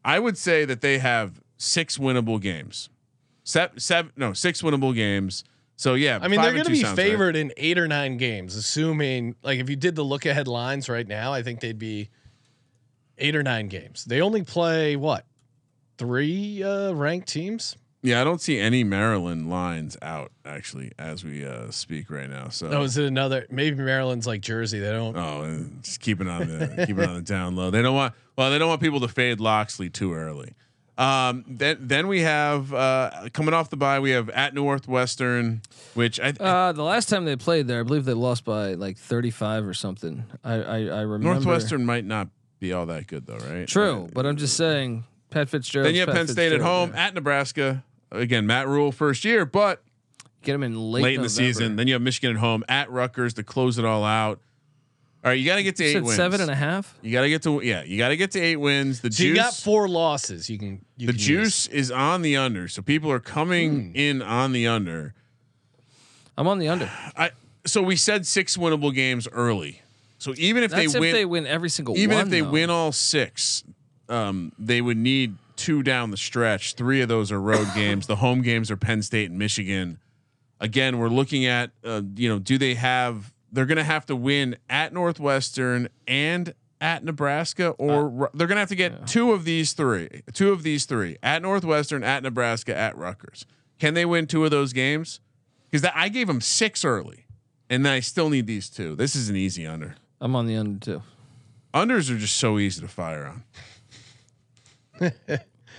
I would say that they have six winnable games. Seven, seven no, six winnable games. So yeah, I mean, five they're and going to two be sounds right. favored in eight or nine games, assuming like if you did the look ahead lines right now, I think they'd be eight or nine games. They only play what three uh, ranked teams? Yeah, I don't see any Maryland lines out actually as we uh, speak right now. So Oh, is it another? Maybe Maryland's like Jersey. They don't. oh, and just keep it on the keep it on the down low. They don't want well, they don't want people to fade Loxley too early. Um, then then we have uh, coming off the bye, we have at Northwestern, which I, Uh, the last time they played there, I believe they lost by like thirty five or something. I I, I remember Northwestern might not be all that good though, right? Uh, True, but I'm just saying, Pat Fitzgerald. Then you have Penn State at home at Nebraska. Again, Matt Rule first year, but Get them in late late, in the November. season. Then you have Michigan at home at Rutgers to close it all out. All right, you got to get to You eight said wins. seven and a half. You got to get to yeah. You got to get to eight wins. The So juice, you got four losses. You can. You the can juice is on the under, so people are coming in on the under. I'm on <sighs> the under. I so we said six winnable games early. So even if That's they win, if they win every single even one. if they though. win all six, um, they would need two down the stretch. Three of those are <laughs> road games. The home games are Penn State and Michigan. Again, we're looking at uh, you know, do they have? They're going to have to win at Northwestern and at Nebraska, Uh, or Ru- they're going to have to get two of these three. Two of these three at Northwestern, at Nebraska, at Rutgers. Can they win two of those games? Because I gave them six early, and I still need these two. This is an easy under. I'm on the under too. Unders are just so easy to fire on. What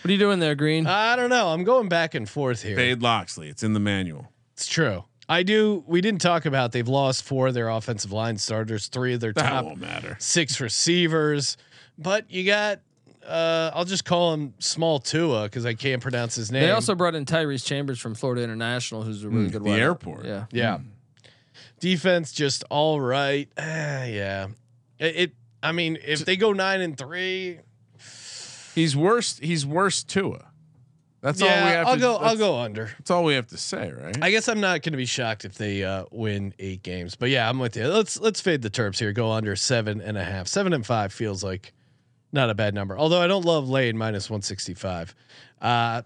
are you doing there, Green? I don't know. I'm going back and forth here. Fade Loxley. It's in the manual. It's true. I do. We didn't talk about they've lost four of their offensive line starters, three of their That top won't matter. six receivers, but you got. Uh, I'll just call him Small Tua because I can't pronounce his name. They also brought in Tyrese Chambers from Florida International, who's a really good Hmm, the wide- airport. Yeah. Yeah. Hmm. Defense just all right. Ah, yeah. It, it- I mean, if they go nine and three, He's worse. He's worse Tua. That's all we yeah, have I'll to go. I'll that's- go under. That's all we have to say, right? I guess I'm not going to be shocked if they uh, win eight games, but yeah, I'm with you. Let's let's fade the Terps here. Go under seven and a half. Seven and five feels like not a bad number. Although I don't love Lane minus one sixty five. Uh,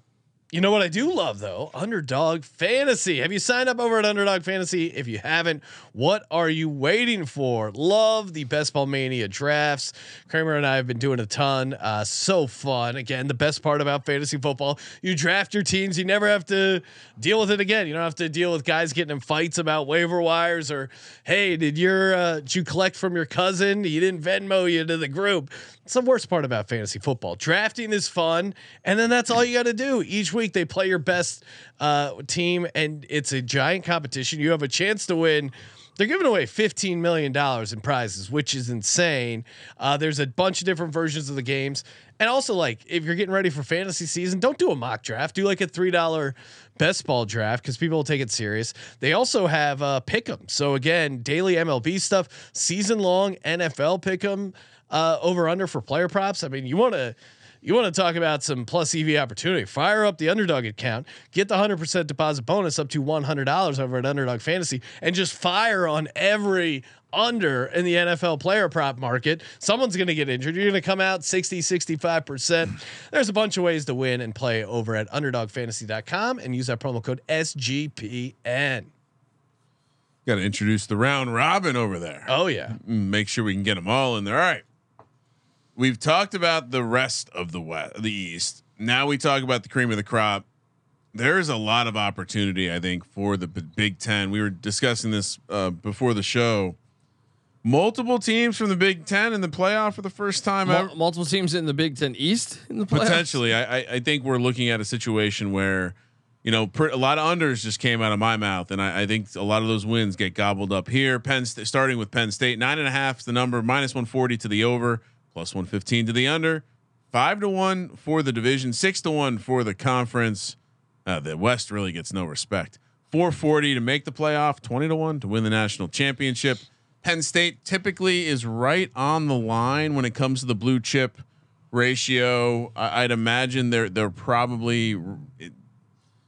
you know what I do love though? Underdog Fantasy. Have you signed up over at Underdog Fantasy? If you haven't, what are you waiting for? Love the Best Ball Mania drafts. Kramer and I have been doing a ton. Uh, so fun. Again, the best part about fantasy football, you draft your teams. You never have to deal with it again. You don't have to deal with guys getting in fights about waiver wires or, hey, did your uh, did you collect from your cousin? He didn't Venmo you to the group. It's the worst part about fantasy football. Drafting is fun, and then that's all you got to do. Each week they play your best uh, team, and it's a giant competition. You have a chance to win. They're giving away fifteen million dollars in prizes, which is insane. Uh, there's a bunch of different versions of the games, and also like if you're getting ready for fantasy season, don't do a mock draft. Do like a three dollar best ball draft because people will take it serious. They also have uh, pick 'em. So again, daily MLB stuff, season long NFL pick 'em uh, over under for player props. I mean, you want to you want to talk about some plus EV opportunity? Fire up the underdog account, get the 100% deposit bonus up to $100 over at Underdog Fantasy, and just fire on every under in the NFL player prop market. Someone's going to get injured. You're going to come out 60, 65%. There's a bunch of ways to win and play over at underdogfantasy.com and use our promo code SGPN. Got to introduce the round robin over there. Oh, yeah. Make sure we can get them all in there. All right. We've talked about the rest of the west, the East. Now we talk about the cream of the crop. There is a lot of opportunity, I think, for the B- Big Ten. We were discussing this uh, before the show. Multiple teams from the Big Ten in the playoff for the first time ever. Mul- multiple teams in the Big Ten East in the playoffs. potentially I, I I think we're looking at a situation where you know pr- a lot of unders just came out of my mouth and I, I think a lot of those wins get gobbled up here Penn Sta- starting with Penn State nine and a half is the number minus 140 to the over plus 115 to the under five to one for the division six to one for the conference uh, the West really gets no respect 440 to make the playoff 20 to one to win the national championship Penn State typically is right on the line when it comes to the blue chip ratio. I, I'd imagine they're they're probably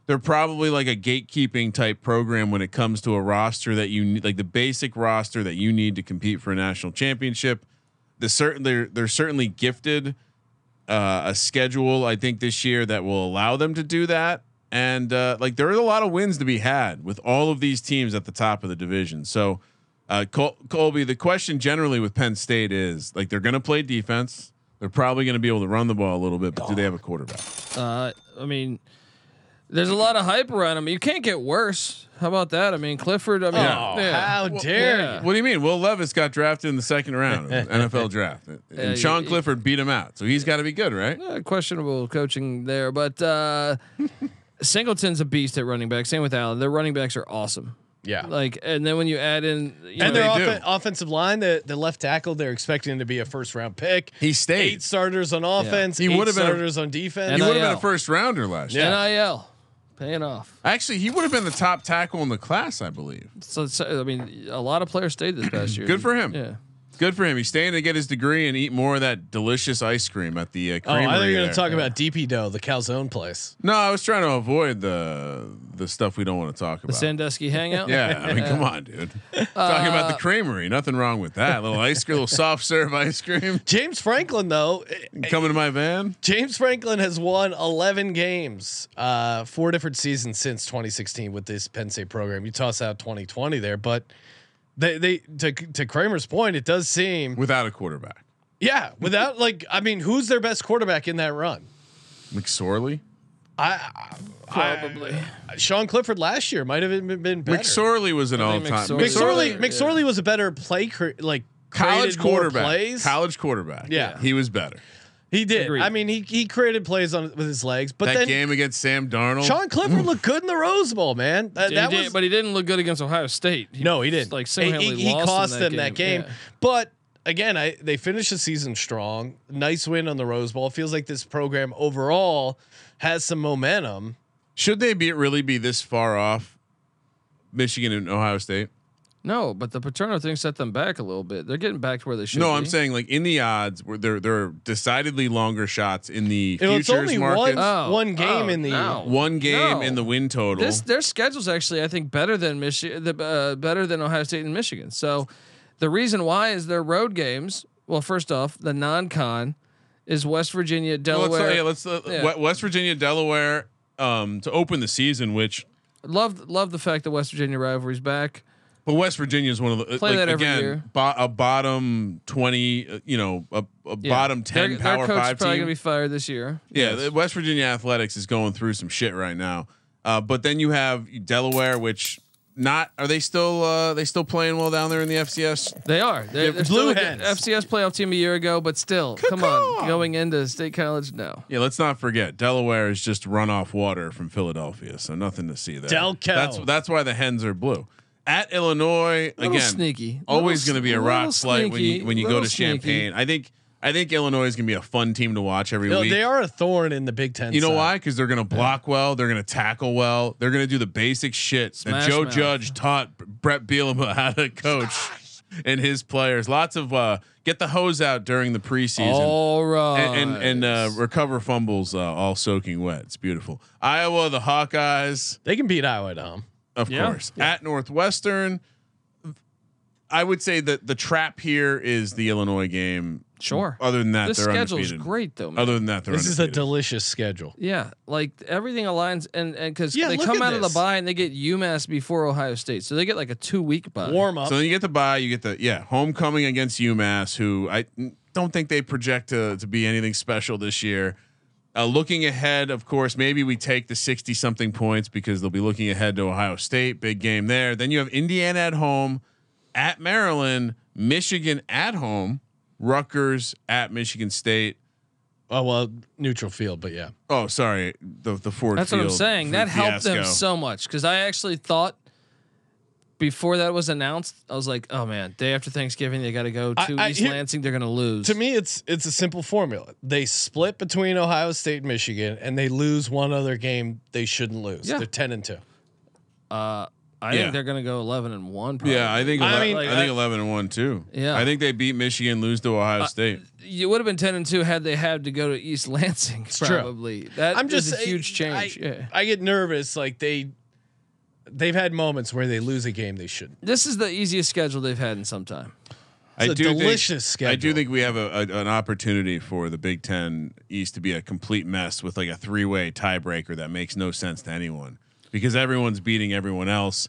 they're probably like a gatekeeping type program when it comes to a roster that you need, like the basic roster that you need to compete for a national championship. The certain they're they're certainly gifted uh, a schedule I think this year that will allow them to do that. And uh, like there is a lot of wins to be had with all of these teams at the top of the division. So, uh, Col- Colby, the question generally with Penn State is like they're going to play defense. They're probably going to be able to run the ball a little bit, but do they have a quarterback? Uh, I mean, there's a lot of hype around him. You can't get worse. How about that? I mean, Clifford. I mean, Oh, how dare yeah. What do you mean? Will Levis got drafted in the second round of the NFL draft, and Yeah, Sean you- Clifford beat him out, so he's got to be good, right? Uh, questionable coaching there, but <laughs> uh, Singleton's a beast at running back. Same with Allen. Their running backs are awesome. Yeah. Like, and then when you add in, you and know, their they off- do. offensive line, the, the left tackle, they're expecting to be a first round pick. He stayed. Eight starters on offense, He eight would've been a- starters on defense. Oh, He would have been NIL. a first rounder last year. Yeah. nil paying off. Actually, he would have been the top tackle in the class, I believe. So, so I mean, a lot of players stayed this past year. Good for him. Yeah. Good for him. He's staying to get his degree and eat more of that delicious ice cream at the uh, Oh, I creamery. thought you were going there. to talk about DP Dough, the calzone place. No, I was trying to avoid the the stuff we don't want to talk The about. Sandusky hangout. yeah, I mean, come on, dude. Talking Uh, about the creamery, nothing wrong with that. little ice cream, little soft serve <laughs> ice cream. James Franklin, though, Coming to my van. James Franklin has won 11 games, uh, four different seasons since 2016 with this Penn State program. You toss out 2020 there, but they, they to, to Kramer's point, it does seem, without a quarterback. yeah, without like, I mean, who's their best quarterback in that run? McSorley. I, <laughs> Probably. I Sean Clifford last year might have been, been better. McSorley was an all think time. McSorley- McSorley, Yeah. McSorley was a better play, cre- like college created more quarterback. plays. College quarterback. Yeah. he was better. He did. Agreed. I mean, he he created plays on with his legs, but that then game against Sam Darnold. Sean Clifford looked good in the Rose Bowl, man. That, He that did- was but he didn't look good against Ohio State. no, he just, didn't. Like he, somehow he- he cost them that game. Yeah. But again, I they finished the season strong. Nice win on the Rose Bowl. Feels like this program overall has some momentum. Should they be really be this far off? Michigan and Ohio State. No, but the Paterno thing set them back a little bit. They're getting back to where they should. no, be. I'm saying like in the odds, where they're they're decidedly longer shots in the It was futures only markets. one- Oh, game in the- One game No. in the win total. This their schedule's actually I think better than Michigan, the uh, better than Ohio State and Michigan. So the reason why is their road games. Well, first off, the non-con is West Virginia, Well, let's- Delaware. yeah, let's, uh, Yeah. We- West Virginia, Delaware, um, to open the season. Which, love love the fact that West Virginia rivalry's back. but West Virginia is one of the Play like, that every again year. bo- a bottom twenty. uh, You know, a, a Yeah. bottom ten Their, power their coach's five probably team. gonna be fired this year. Yeah, the West Virginia athletics is going through some shit right now. Uh, but then you have Delaware, which not are they still uh, they still playing well down there in the FCS? They are. They're, Blue they're still a good Hens. FCS playoff team a year ago, but still, come on, going into state college, no. Yeah, let's not forget Delaware is just run off water from Philadelphia, so nothing to see there. Del Cal. That's that's why the hens are blue. At Illinois Little again, sneaky. always Little going to be a s- rock little slide when you sneaky. when you go Little to sneaky. Champaign. I think I think Illinois is going to be a fun team to watch every You know, week. they are a thorn in the Big Ten. You know uh, side. why? Because they're going to block well. They're going to tackle well. They're going to do the basic shit Smash that Joe mouth. Judge taught B- Brett Bielema <laughs> how to coach and his players. Lots of uh, get the hose out during the preseason. All right. And and, and uh, recover fumbles uh, all soaking wet. It's beautiful. Iowa, the Hawkeyes, They can beat Iowa at home. of Yeah. course, at Northwestern. I would say that the trap here is the Illinois game. Sure. Other than that, This they're schedule is undefeated. great though. Man. Other than that, they're This is a undefeated. delicious schedule. yeah, like everything aligns, and and because Yeah, they look come at out of this. the bye and they get UMass before Ohio State, so they get like a two week bye. Warm up. So then you get the bye, you get the yeah homecoming against UMass, who I don't think they project to to be anything special this year. Uh, looking ahead, of course, maybe we take the sixty something points because they'll be looking ahead to Ohio State, big game there. Then you have Indiana at home, at Maryland, Michigan at home, Rutgers at Michigan State. oh well, neutral field, but yeah. Oh, sorry, the the Ford. That's what I'm Field saying. That helped them fiasco. so much because I actually thought before that was announced, I was like, oh man, day after Thanksgiving they got to go to I- I- East here- Lansing, they're gonna lose. To me, it's it's a simple formula. They split between Ohio State and Michigan, and they lose one other game they shouldn't lose. Yeah. They're ten and two. uh, I Yeah. think they're gonna go eleven and one. Probably. Yeah, I think I ele- I, mean, think I- eleven and one too. Yeah. I think they beat Michigan, lose to Ohio State. you would have been ten and two had they had to go to East <laughs> Lansing. true. Probably that I'm just is a saying, huge change. I, yeah. I get nervous. Like they, they've had moments where they lose a game they shouldn't. This is the easiest schedule they've had in some time. It's I a do delicious think, I do schedule. think we have a, a, an opportunity for the Big Ten East to be a complete mess with like a three way tiebreaker that makes no sense to anyone because everyone's beating everyone else.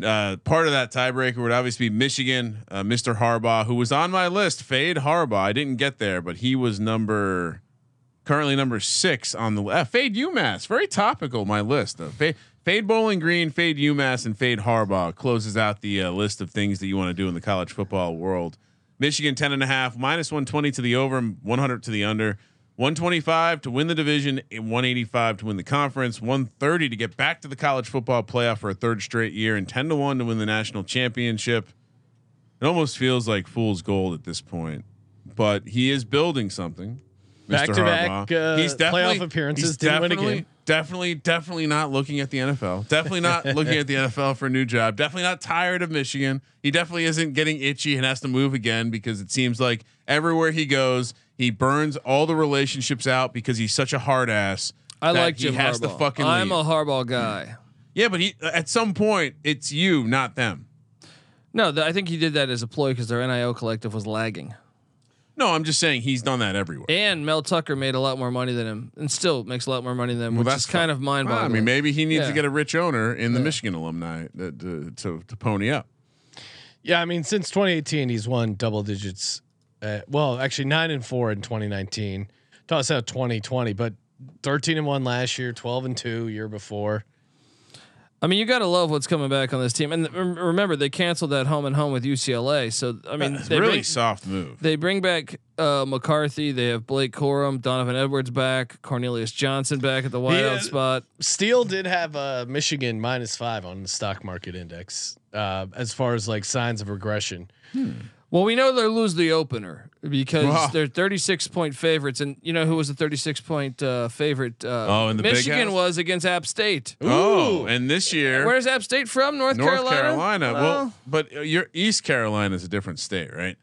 Uh, part of that tiebreaker would obviously be Michigan, uh, Mr. Harbaugh, who was on my list. Fade Harbaugh. I didn't get there, but he was number currently number six on the uh, fade UMass. Very topical my list. Uh, fade, fade Bowling Green, fade UMass, and fade Harbaugh closes out the uh, list of things that you want to do in the college football world. Michigan ten and a half minus one twenty to the over, one hundred to the under. 125 to win the division, and 185 to win the conference, 130 to get back to the college football playoff for a third straight year, and 10 to 1 to win the national championship. It almost feels like fool's gold at this point, but he is building something. Mr. Back-to-back, Harbaugh. uh, playoff appearances, He's didn't win a definitely, game. definitely, definitely not looking at the NFL. Definitely <laughs> not looking at the NFL for a new job. Definitely not tired of Michigan. He definitely isn't getting itchy and has to move again because it seems like everywhere he goes, he burns all the relationships out because he's such a hard ass. I that like he Jim has Harbaugh. to fucking. I'm leave. a Harbaugh guy. yeah, but he at some point it's you, not them. No, th- I think he did that as a ploy because their NIL collective was lagging. No, I'm just saying he's done that everywhere. And Mel Tucker made a lot more money than him, and still makes a lot more money than him, Well, which is that's kind of mind Well, I boggling. mean, maybe he needs to Yeah. get a rich owner in the Michigan alumni that, to, to to pony up. Yeah, I mean, since 2018, he's won double digits. Uh, well, actually, nine and four in 2019. Toss out 2020, but 13 and one last year, 12 and two year before. I mean, you got to love what's coming back on this team. And rem- remember, they canceled that home and home with UCLA. So I mean, It's they really bring- soft move. They bring back uh, McCarthy. They have Blake Corum, Donovan Edwards back, Cornelius Johnson back at the wideout Yeah. spot. Steele did have uh, Michigan minus five on the stock market index uh, as far as like signs of regression. Well, we know they lose the opener because Wow. they're 36 point favorites, and you know who was a 36 point uh, favorite? Uh, Oh, in the big Michigan house? was against App State. Oh, and this year Where's App State from? North, North Carolina. Carolina. Well, but uh, your East Carolina is a different state, <laughs> right?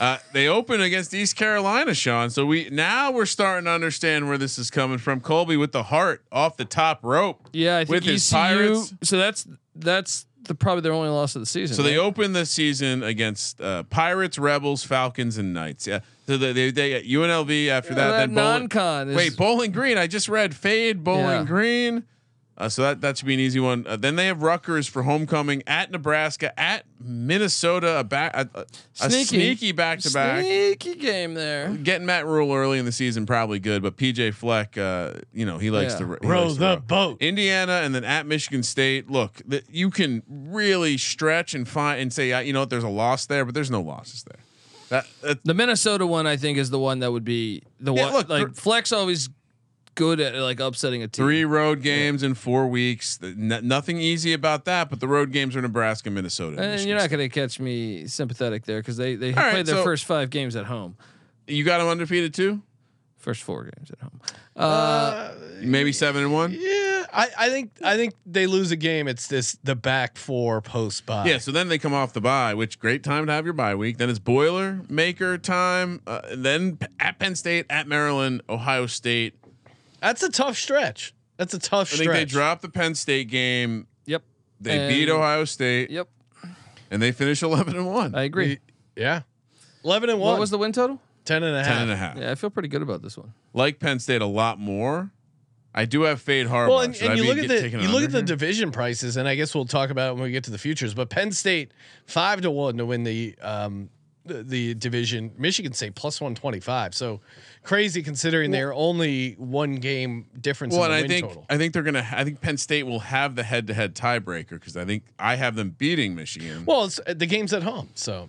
Uh, they open against East Carolina, Sean. So we now we're starting to understand where this is coming from. Colby with the heart off the top rope. yeah, I think with ECU. his Pirates. So that's that's the probably their only loss of the season. So they right? open the season against uh, Pirates, Rebels, Falcons, and Knights. Yeah. So they they, they got UNLV after Well, that. that then Bowling, non-con. Is, wait, Bowling Green. I just read fade Bowling Yeah. Green. Uh, so that that should be an easy one. Uh, then they have Rutgers for homecoming at Nebraska, at Minnesota, a back a, a Sneaky. sneaky back to back. sneaky game there. Getting Matt Rule early in the season probably good, but PJ Fleck, uh, you know he likes Yeah. to ro- he Row likes to the row. boat. Indiana and then at Michigan State. Look, th- you can really stretch and find and say, uh, you know what, there's a loss there, but there's no losses there. That, that The Minnesota one, I think, is the one that would be the Yeah, one. look, like thr- Flex always good at like upsetting a team. three road games in four weeks. Th- no- nothing easy about that, but the road games are Nebraska, Minnesota, and And Michigan you're not State. going to catch me sympathetic there because they they All right, played their so- first five games at home, You got them undefeated too. first four games at home. Uh, Maybe seven and one. Yeah, I, I think I think they lose a game. It's this the back four post by. Yeah, so then they come off the bye, which great time to have your bye week. Then it's boiler maker time. Uh, and then p- at Penn State, at Maryland, Ohio State. that's a tough stretch. That's a tough I stretch. think they dropped the Penn State game. yep, They And- beat Ohio State. yep, Uh, and they finish <laughs> 11 and 1 I agree. Yeah, eleven and one. What was the win total? 10 and a 10 and a half. half Yeah, I feel pretty good about this one. like penn state a lot more i do have fade hard Well, and, and you look at the you look at the division prices, and I guess we'll talk about it when we get to the futures. But Penn State five to one to win the um the, the division. Michigan State plus one twenty five. So crazy considering they're only one game difference well, in and the I win think total. I think they're gonna. I think Penn State will have the head-to-head tiebreaker because I think I have them beating Michigan. well, it's, uh, the game's at home, so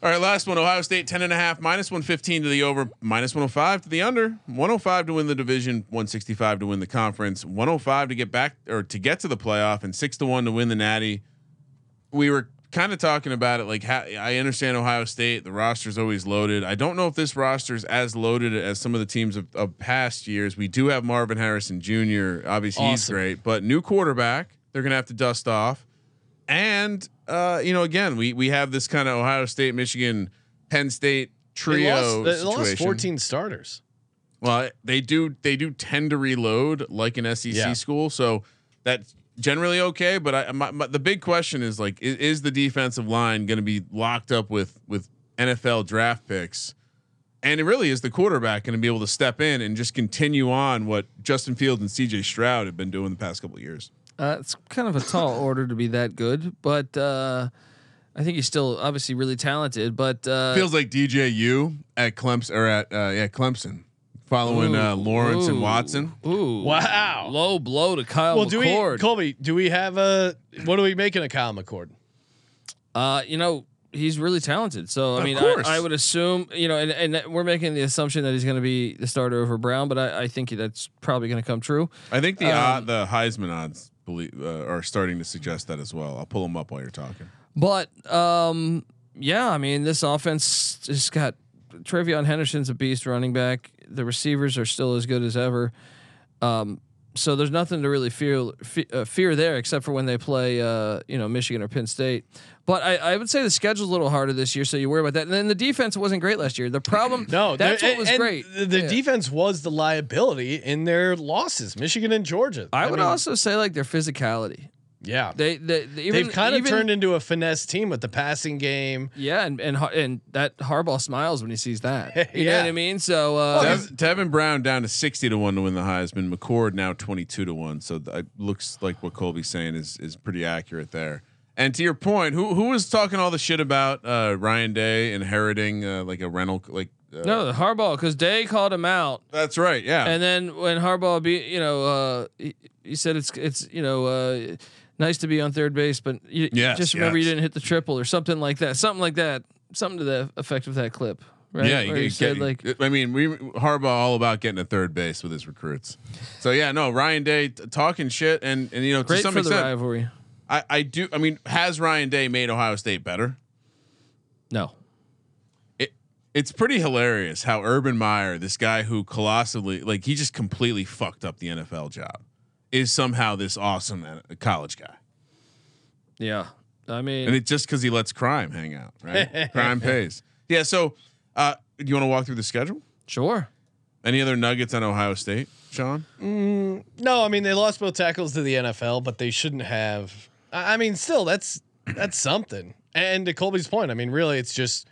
All right, last one. Ohio State ten and a half minus one fifteen to the over, minus one hundred five to the under, one hundred five to win the division, one sixty five to win the conference, one hundred five to get back or to get to the playoff, and six to one to win the Natty. We were kind of talking about it. Like how, I understand Ohio State, the roster's always loaded. I don't know if this roster's as loaded as some of the teams of, of past years. We do have Marvin Harrison Jr. Obviously, he's Awesome. great, but new quarterback. They're gonna have to dust off and uh, you know, again, we we have this kind of Ohio State, Michigan, Penn State they trio oh lost, they situation. lost fourteen starters. Well, they do they do tend to reload like an SEC Yeah. school, so that's generally okay. But I, my, my, the big question is like, is, is the defensive line going to be locked up with with NFL draft picks? And it really is the quarterback going to be able to step in and just continue on what Justin Fields and CJ Stroud have been doing the past couple of years. Uh, it's kind of a tall <laughs> order to be that good, but uh, I think he's still obviously really talented. But uh, feels like DJU at Clemson or at uh, yeah Clemson, following uh, Lawrence and ooh, Watson. Ooh, Wow. Low blow to Kyle Well, do we, McCord. Colby? Do we have a what are we making a Kyle McCord? Uh, you know, he's really talented. So I Of mean, course. I, I would assume you know, and, and that- we're making the assumption that he's going to be the starter over Brown, but I, I think that's probably going to come true. I think the Um, uh, the Heisman odds believe uh, are starting to suggest that as well. I'll pull them up while you're talking. But um, yeah, I mean, this offense just got Trevion Henderson's a beast running back. The receivers are still as good as ever. Um, so there's nothing to really fear fe- uh, fear there, except for when they play, uh, you know, Michigan or Penn State. But I, I would say the schedule's a little harder this year, so you worry about that. And then the defense wasn't great last year. The problem, No, that's there- what was and great. The, the Yeah. defense was the liability in their losses, Michigan and Georgia. I would mean, also say like their physicality. yeah. They, they, they even, They've kind of even- turned into a finesse team with the passing game. Yeah, and and Har- and that Harbaugh smiles when he <laughs> sees that. You know Yeah. what I mean? So uh, Tev- Tevin Brown down to sixty to one to win the Heisman. McCord now twenty two to one. So th- it looks like what Colby's saying is is pretty accurate there. And to your point, who who was talking all the shit about uh, Ryan Day inheriting uh, like a rental like uh, no, Harbaugh because Day called him out, That's right. Yeah. and then when Harbaugh be you know uh, he, he said it's it's you know uh, nice to be on third base, but you Yes, just remember you yes. didn't hit the triple or something like that. Something like that. Something to the effect of that clip. Right? Yeah, you, Where get- he you said get, like like I mean, we Harbaugh all about getting a third base with his recruits. So yeah, no, Ryan Day t- talking shit and and you know to great some for the extent, rivalry. I, I do. I mean, has Ryan Day made Ohio State better? No. it it's pretty hilarious how Urban Meyer, this guy who colossally like he just completely fucked up the NFL job, is somehow this awesome uh, college guy, Yeah. I mean and it's just because he lets crime hang out, <laughs> right? crime pays. Yeah. So, uh, do you want to walk through the schedule? sure. Any other nuggets on Ohio State, Sean? No, I mean they lost both tackles to the NFL, but they shouldn't have. I I mean, still that's that's something. And to Colby's point, I mean, really, it's just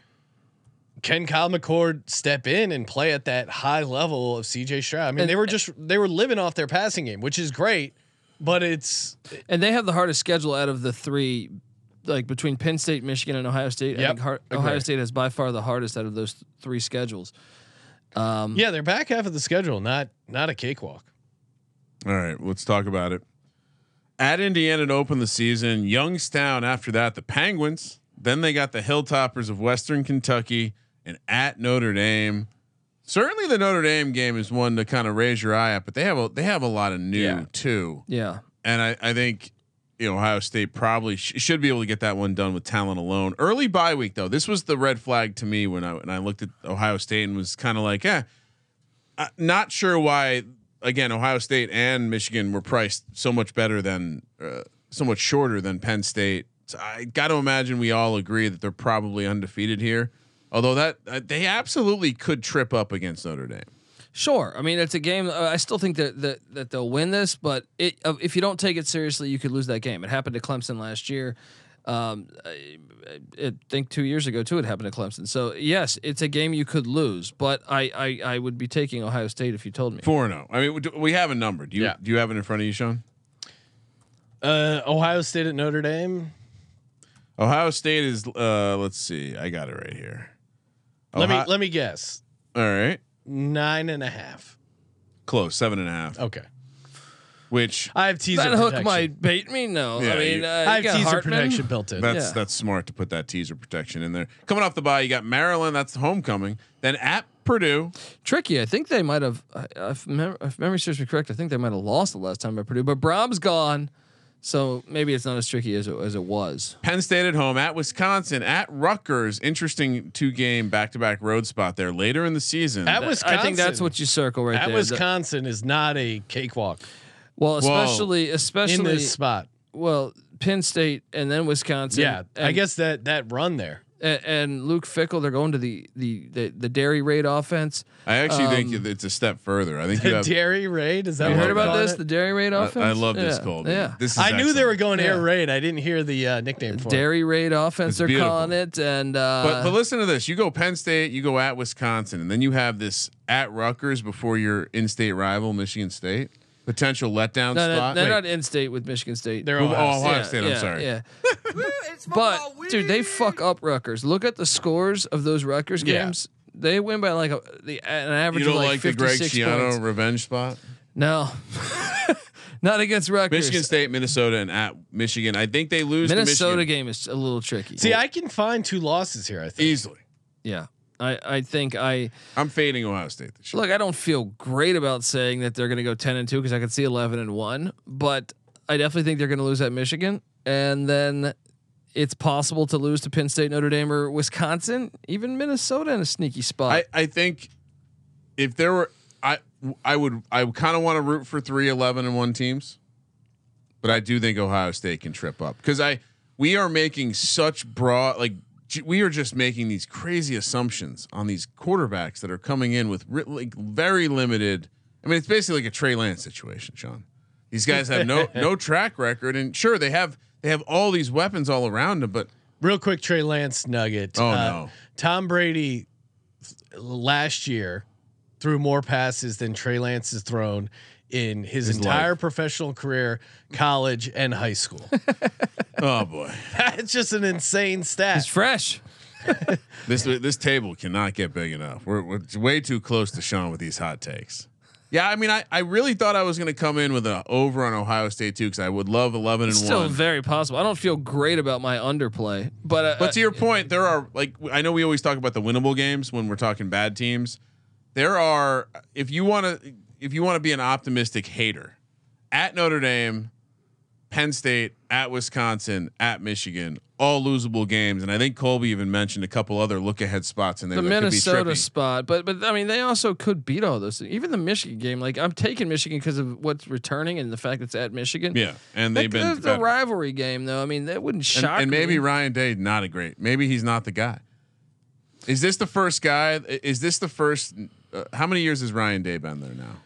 can Kyle McCord step in and play at that high level of CJ Stroud? I mean, And- they were just they were living off their passing game, which is great, but it's And they have the hardest schedule out of the three, like between Penn State, Michigan, and Ohio State. I Yep, think har- agree. Ohio State has by far the hardest out of those th- three schedules. yeah, their back half of the schedule, not not a cakewalk. All right, let's talk about it. At Indiana to open the season, Youngstown after that, the Penguins. Then they got the Hilltoppers of Western Kentucky and at Notre Dame. Certainly the Notre Dame game is one to kind of raise your eye at, but they have a they have a lot of new Yeah. too. Yeah, And I, I think you know Ohio State probably sh- should be able to get that one done with talent alone. Early bye week though, this was the red flag to me when I when I looked at Ohio State and was kind of like, eh, I- not sure why. Again, Ohio State and Michigan were priced so much better than uh, so much shorter than Penn State. So I got to imagine we all agree that they're probably undefeated here. Although that uh, they absolutely could trip up against Notre Dame. sure. I mean, it's a game. Uh, I still think that that that they'll win this, but it uh, if you don't take it seriously, you could lose that game. It happened to Clemson last year. Um, I, I think two years ago too, it happened to Clemson. So yes, it's a game you could lose, but I I, I would be taking Ohio State if you told me. Four and zero. I mean, we do- we have a number. Do you Yeah. do you have it in front of you, Sean? Uh, Ohio State at Notre Dame. Ohio State is. Uh, let's see. I got it right here. Let me Ohio- let me guess all right. nine and a half. Close. Seven and a half. Okay, Which I have teaser. That hook protection. might bait me. No, Yeah, I mean, you- uh, I you have got teaser Hartman. protection built in. That's Yeah. that's smart to put that teaser protection in there. Coming off the bye, you got Maryland. That's the homecoming. Then at Purdue, tricky. I think they might have, I- if, mem- if memory serves me correct, I think they might have lost the last time by Purdue. But Brom's gone, so maybe it's not as tricky as it, as it was. Penn State at home, at Wisconsin, at Rutgers. Interesting two game back to back road spot there later in the season. At Wisconsin, I think that's what you circle right At there. Wisconsin is not a cakewalk well, Whoa. especially in especially this spot. well Penn State and then Wisconsin. Yeah, I and- guess that that run there. and, and Luke Fickle. They're going to the the the, the Dairy Raid offense. I actually Um, think it's a step further. I think <laughs> you The have. dairy raid is that You what heard we're about calling this? it? The Dairy Raid I- offense. I love this, Yeah, Colby. Yeah. This is I knew they excellent. were going air Yeah. raid. I didn't hear the uh, nickname for it. Dairy raid offense, It's they're beautiful. calling it, and uh, But, but listen to this. You go Penn State, you go at Wisconsin, and then you have this at Rutgers before your in state rival, Michigan State. Potential letdown no, no, spot. they're Wait. not in state with Michigan State. They're Oh, Ohio Ohio, State. State. I'm sorry. <laughs> Yeah. but dude, they fuck up Rutgers. Look at the scores of those Rutgers Yeah. games. They win by like a, the an average You don't of like, like, the Greg 56 Schiano points. revenge spot? No. <laughs> Not against Rutgers. Michigan State, Minnesota, and at Michigan. I think they lose Minnesota to Michigan game is a little tricky. See, I can find two losses here. I think. easily. yeah. I, I think I I'm fading Ohio State this year. look. I don't feel great about saying that they're going to go ten and two because I could see eleven and one, but I definitely think they're going to lose at Michigan, and then it's possible to lose to Penn State, Notre Dame, or Wisconsin, even Minnesota in a sneaky spot. I, I think if there were I I would I kind of want to root for three eleven and one teams, but I do think Ohio State can trip up because I we are making such broad like j- we are just making these crazy assumptions on these quarterbacks that are coming in with ri- like very limited. I mean, it's basically like a Trey Lance situation, Sean. These guys have no no track record, and sure they have they have all these weapons all around them, but Real quick, Trey Lance nugget. Uh, Oh, no. Tom Brady th- last year threw more passes than Trey Lance has thrown in his, His entire life. professional career, college and high school. oh boy, That's just an insane stat. it's fresh. This this table cannot get big enough. We're, we're way too close to Sean with these hot takes. Yeah, I mean, I, I really thought I was going to come in with an over on Ohio State too because I would love eleven and It's still one. very possible. I don't feel great about my underplay, but uh, but to your point, there are like I know we always talk about the winnable games when we're talking bad teams. There are if you want to if you want to be an optimistic hater at Notre Dame, Penn State, at Wisconsin, at Michigan, all losable games, and I think Colby even mentioned a couple other look ahead spots in there. the that could be Minnesota tricky. spot, but but I mean they also could beat all those. Even the Michigan game, like I'm taking Michigan because of what's returning and the fact it's at Michigan. yeah, and they've That- been that's a better. rivalry game though. I mean that wouldn't and, shock. and maybe me. Ryan Day not a great. Maybe he's not the guy. Is this the first guy? I- Is this the first? Uh, how many years has Ryan Day been there now?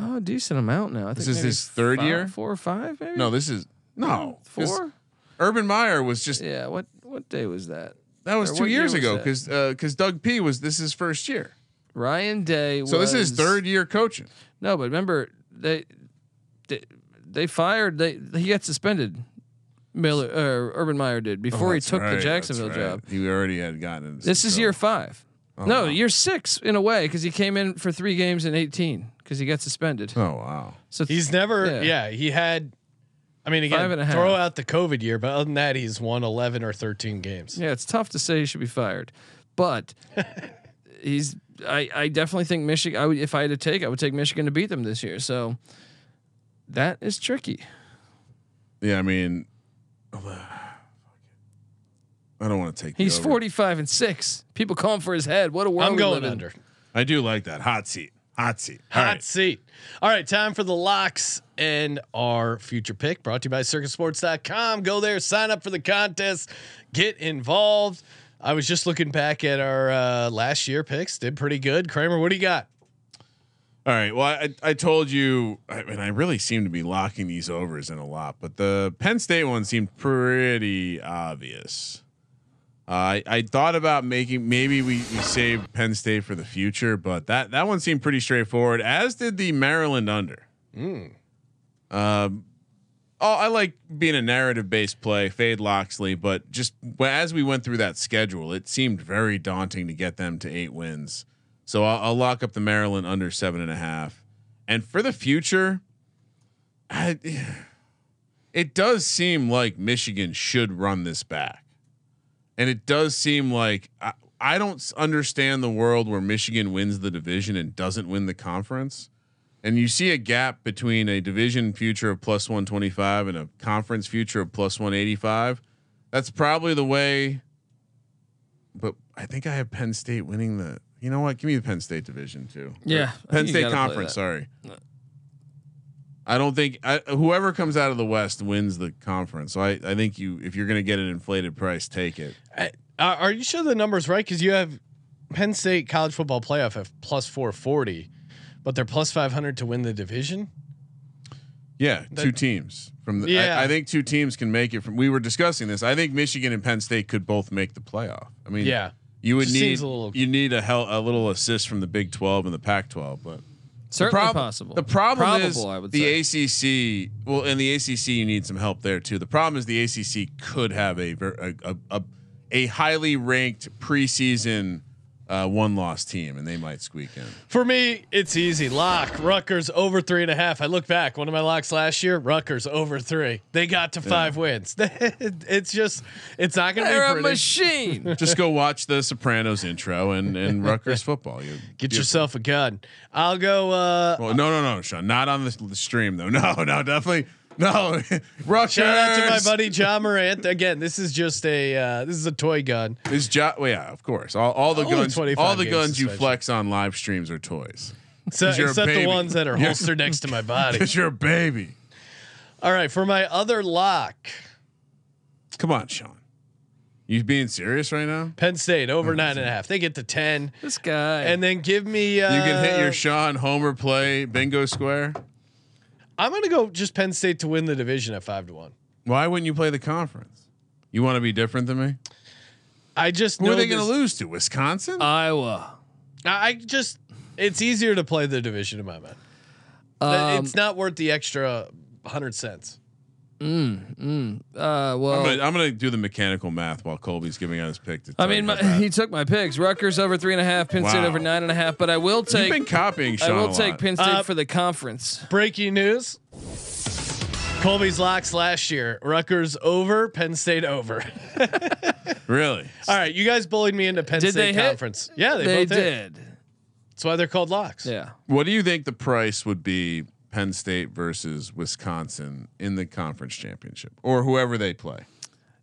oh, a decent amount now. I think is maybe his third five- year? four or five, maybe No, this is no this- four. Urban Meyer was just Yeah, what what day was that? that was Or two what year years was ago that? because because Doug P was this his first year. Ryan Day. So this is his was- third year coaching. No, but remember they they, they fired they he got suspended. Miller or Urban Meyer did before he Oh, That's took right, the that's Jacksonville right. uh-huh. job. He already had gotten. into This is trouble. year five. no, wow. year six in a way because he came in for three games in eighteen because he got suspended. Oh wow. So th- He's never, Yeah. yeah. he had. I mean, again, Five and a half. throw out the COVID year, but other than that, he's won eleven or thirteen games. yeah, it's tough to say he should be fired, but he's. I, I definitely think Michigan. I would if I had to take, I would take Michigan to beat them this year. So that is tricky. Yeah, I mean, oh, I don't want to take. the He's over. forty five and six. People call him for his head. What a world I'm we going live in. under. I do like that hot seat. Hot seat. All Hot right. seat. All right, time for the locks and our future pick brought to you by circuitsports.com. Go there, sign up for the contest, get involved. I was just looking back at our uh, last year picks, did pretty good. Kramer, what do you got? All right. Well, I, I told you, I, and I really seem to be locking these overs in a lot, but the Penn State one seemed pretty obvious. Uh, I, I thought about making maybe we, we save Penn State for the future, but that that one seemed pretty straightforward. As did the Maryland under. Um, oh, I like being a narrative based play, fade Loxley, but just well, as we went through that schedule, it seemed very daunting to get them to eight wins. So I'll, I'll lock up the Maryland under seven and a half. And for the future, I, it does seem like Michigan should run this back. And it does seem like I, I don't s- understand the world where Michigan wins the division and doesn't win the conference. And you see a gap between a division future of plus 125 and a conference future of plus 185. That's probably the way. But I think I have Penn State winning the. You know what? Give me the Penn State division too. Yeah, Or I think Penn you State gotta play Conference. that. Sorry. I don't think I, whoever comes out of the West wins the conference. So I, I think you, if you're going to get an inflated price, take it. Uh, Are, are you sure the number's right? Because you have Penn State college football playoff at plus 440, but they're plus 500 to win the division. Yeah, That- two teams from the. Yeah. I, I think two teams can make it. From we were discussing this. I think Michigan and Penn State could both make the playoff. I mean, Yeah. you would Just need seems a little- you need a hell a little assist from the Big Twelve and the Pac twelve, but Certainly prob- possible. The problem Probable, is I would the say. ACC. Well, and the ACC, you need some help there too. The problem is the ACC could have a ver- a a, a, a highly ranked preseason uh, one loss team, and they might squeak in. For me, it's easy. Lock Rutgers over three and a half. I look back, one of my locks last year, Rutgers over three. They got to five wins. <laughs> it's just, it's not going They're to a be pretty. <laughs> machine. Just go watch the Sopranos intro and <laughs> and Rutgers football. You Get you- yourself a gun. I'll go. Uh, Well, no, no, no, Sean. Not on the, the stream though. <laughs> No, no, definitely no. <laughs> Rutgers. shout out to my buddy John Morant. Again, this is just a uh, this is a toy gun. Is jo- well, yeah, of course. All, all the Only guns, 25 all the game guns you suspension. flex on live streams are toys. So, 'Cause you're a except the baby. ones that are Yeah. holstered next to my body. <laughs> Because you're a baby. All right, for my other lock, Come on, Sean. You being serious right now? Penn State over Mm-hmm. nine and a half. They get to ten, this guy. and then give me. Uh, You can hit your Sean Homer play bingo square. I'm going to go just Penn State to win the division at five to one. Why wouldn't you play the conference? You want to be different than me? I just Who know are they going to this- Uh, lose to? Wisconsin? Iowa. I I just it's easier to play the division in my mind. But Um, it's not worth the extra hundred cents. Uh, well, But I'm gonna do the mechanical math while Colby's giving out his pick. To I tell you mean, my, <laughs> about that. he took my picks. Rutgers over three and a half, Penn State Wow. over nine and a half. But I will You've been take copying Sean. I a will lot. take Penn State Uh, for the conference. Breaking news. Colby's locks last year. Rutgers over, Penn State over. <laughs> Really? All right, you guys bullied me into Penn Did they State hit? conference. Yeah, they, They both did. did. That's why they're called locks. Yeah. What do you think the price would be? Penn State versus Wisconsin in the conference championship, or whoever they play.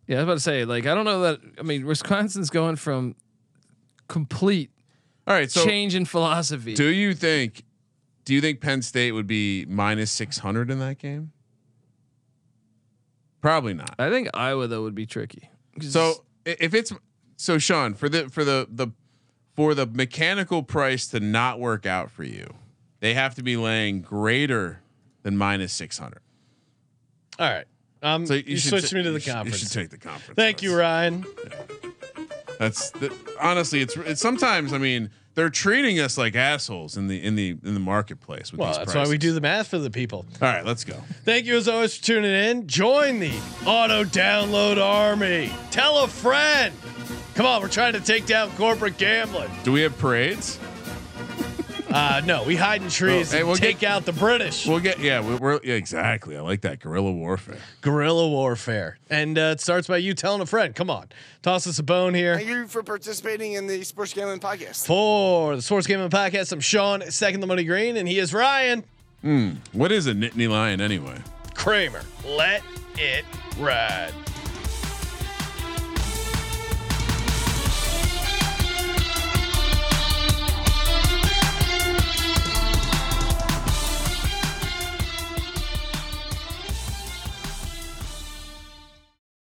Yeah, I was about to say, like, I don't know that. I mean, Wisconsin's going from complete All right, so change in philosophy. do you think? Do you think Penn State would be minus six hundred in that game? Probably not. I think Iowa though would be tricky. 'Cause So i- if it's so, Sean, for the for the the for the mechanical price to not work out for you, they have to be laying greater than minus six hundred. All right. Um, So you, should switched ta- me to you the should- conference. You should take the conference. Thank you, That's- Ryan. That's the, honestly, it's, it's sometimes. I mean, they're treating us like assholes in the in the in the marketplace. With Well, these that's prices. why we do the math for the people. All right, let's go. Thank you as always for tuning in. Join the auto download army. Tell a friend. Come on, we're trying to take down corporate gambling. Do we have parades? Uh, no, we hide in trees Oh, hey, and we'll take get- out the British. We'll get yeah. We're, we're yeah, exactly. I like that guerrilla warfare. Guerrilla warfare. And uh, it starts by you telling a friend. Come on, toss us a bone here. Thank you for participating in the Sports Gambling Podcast. For the Sports Gaming Podcast, I'm Sean, second the money green, and he is Ryan What is a Nittany lion anyway? Kramer. Let it ride.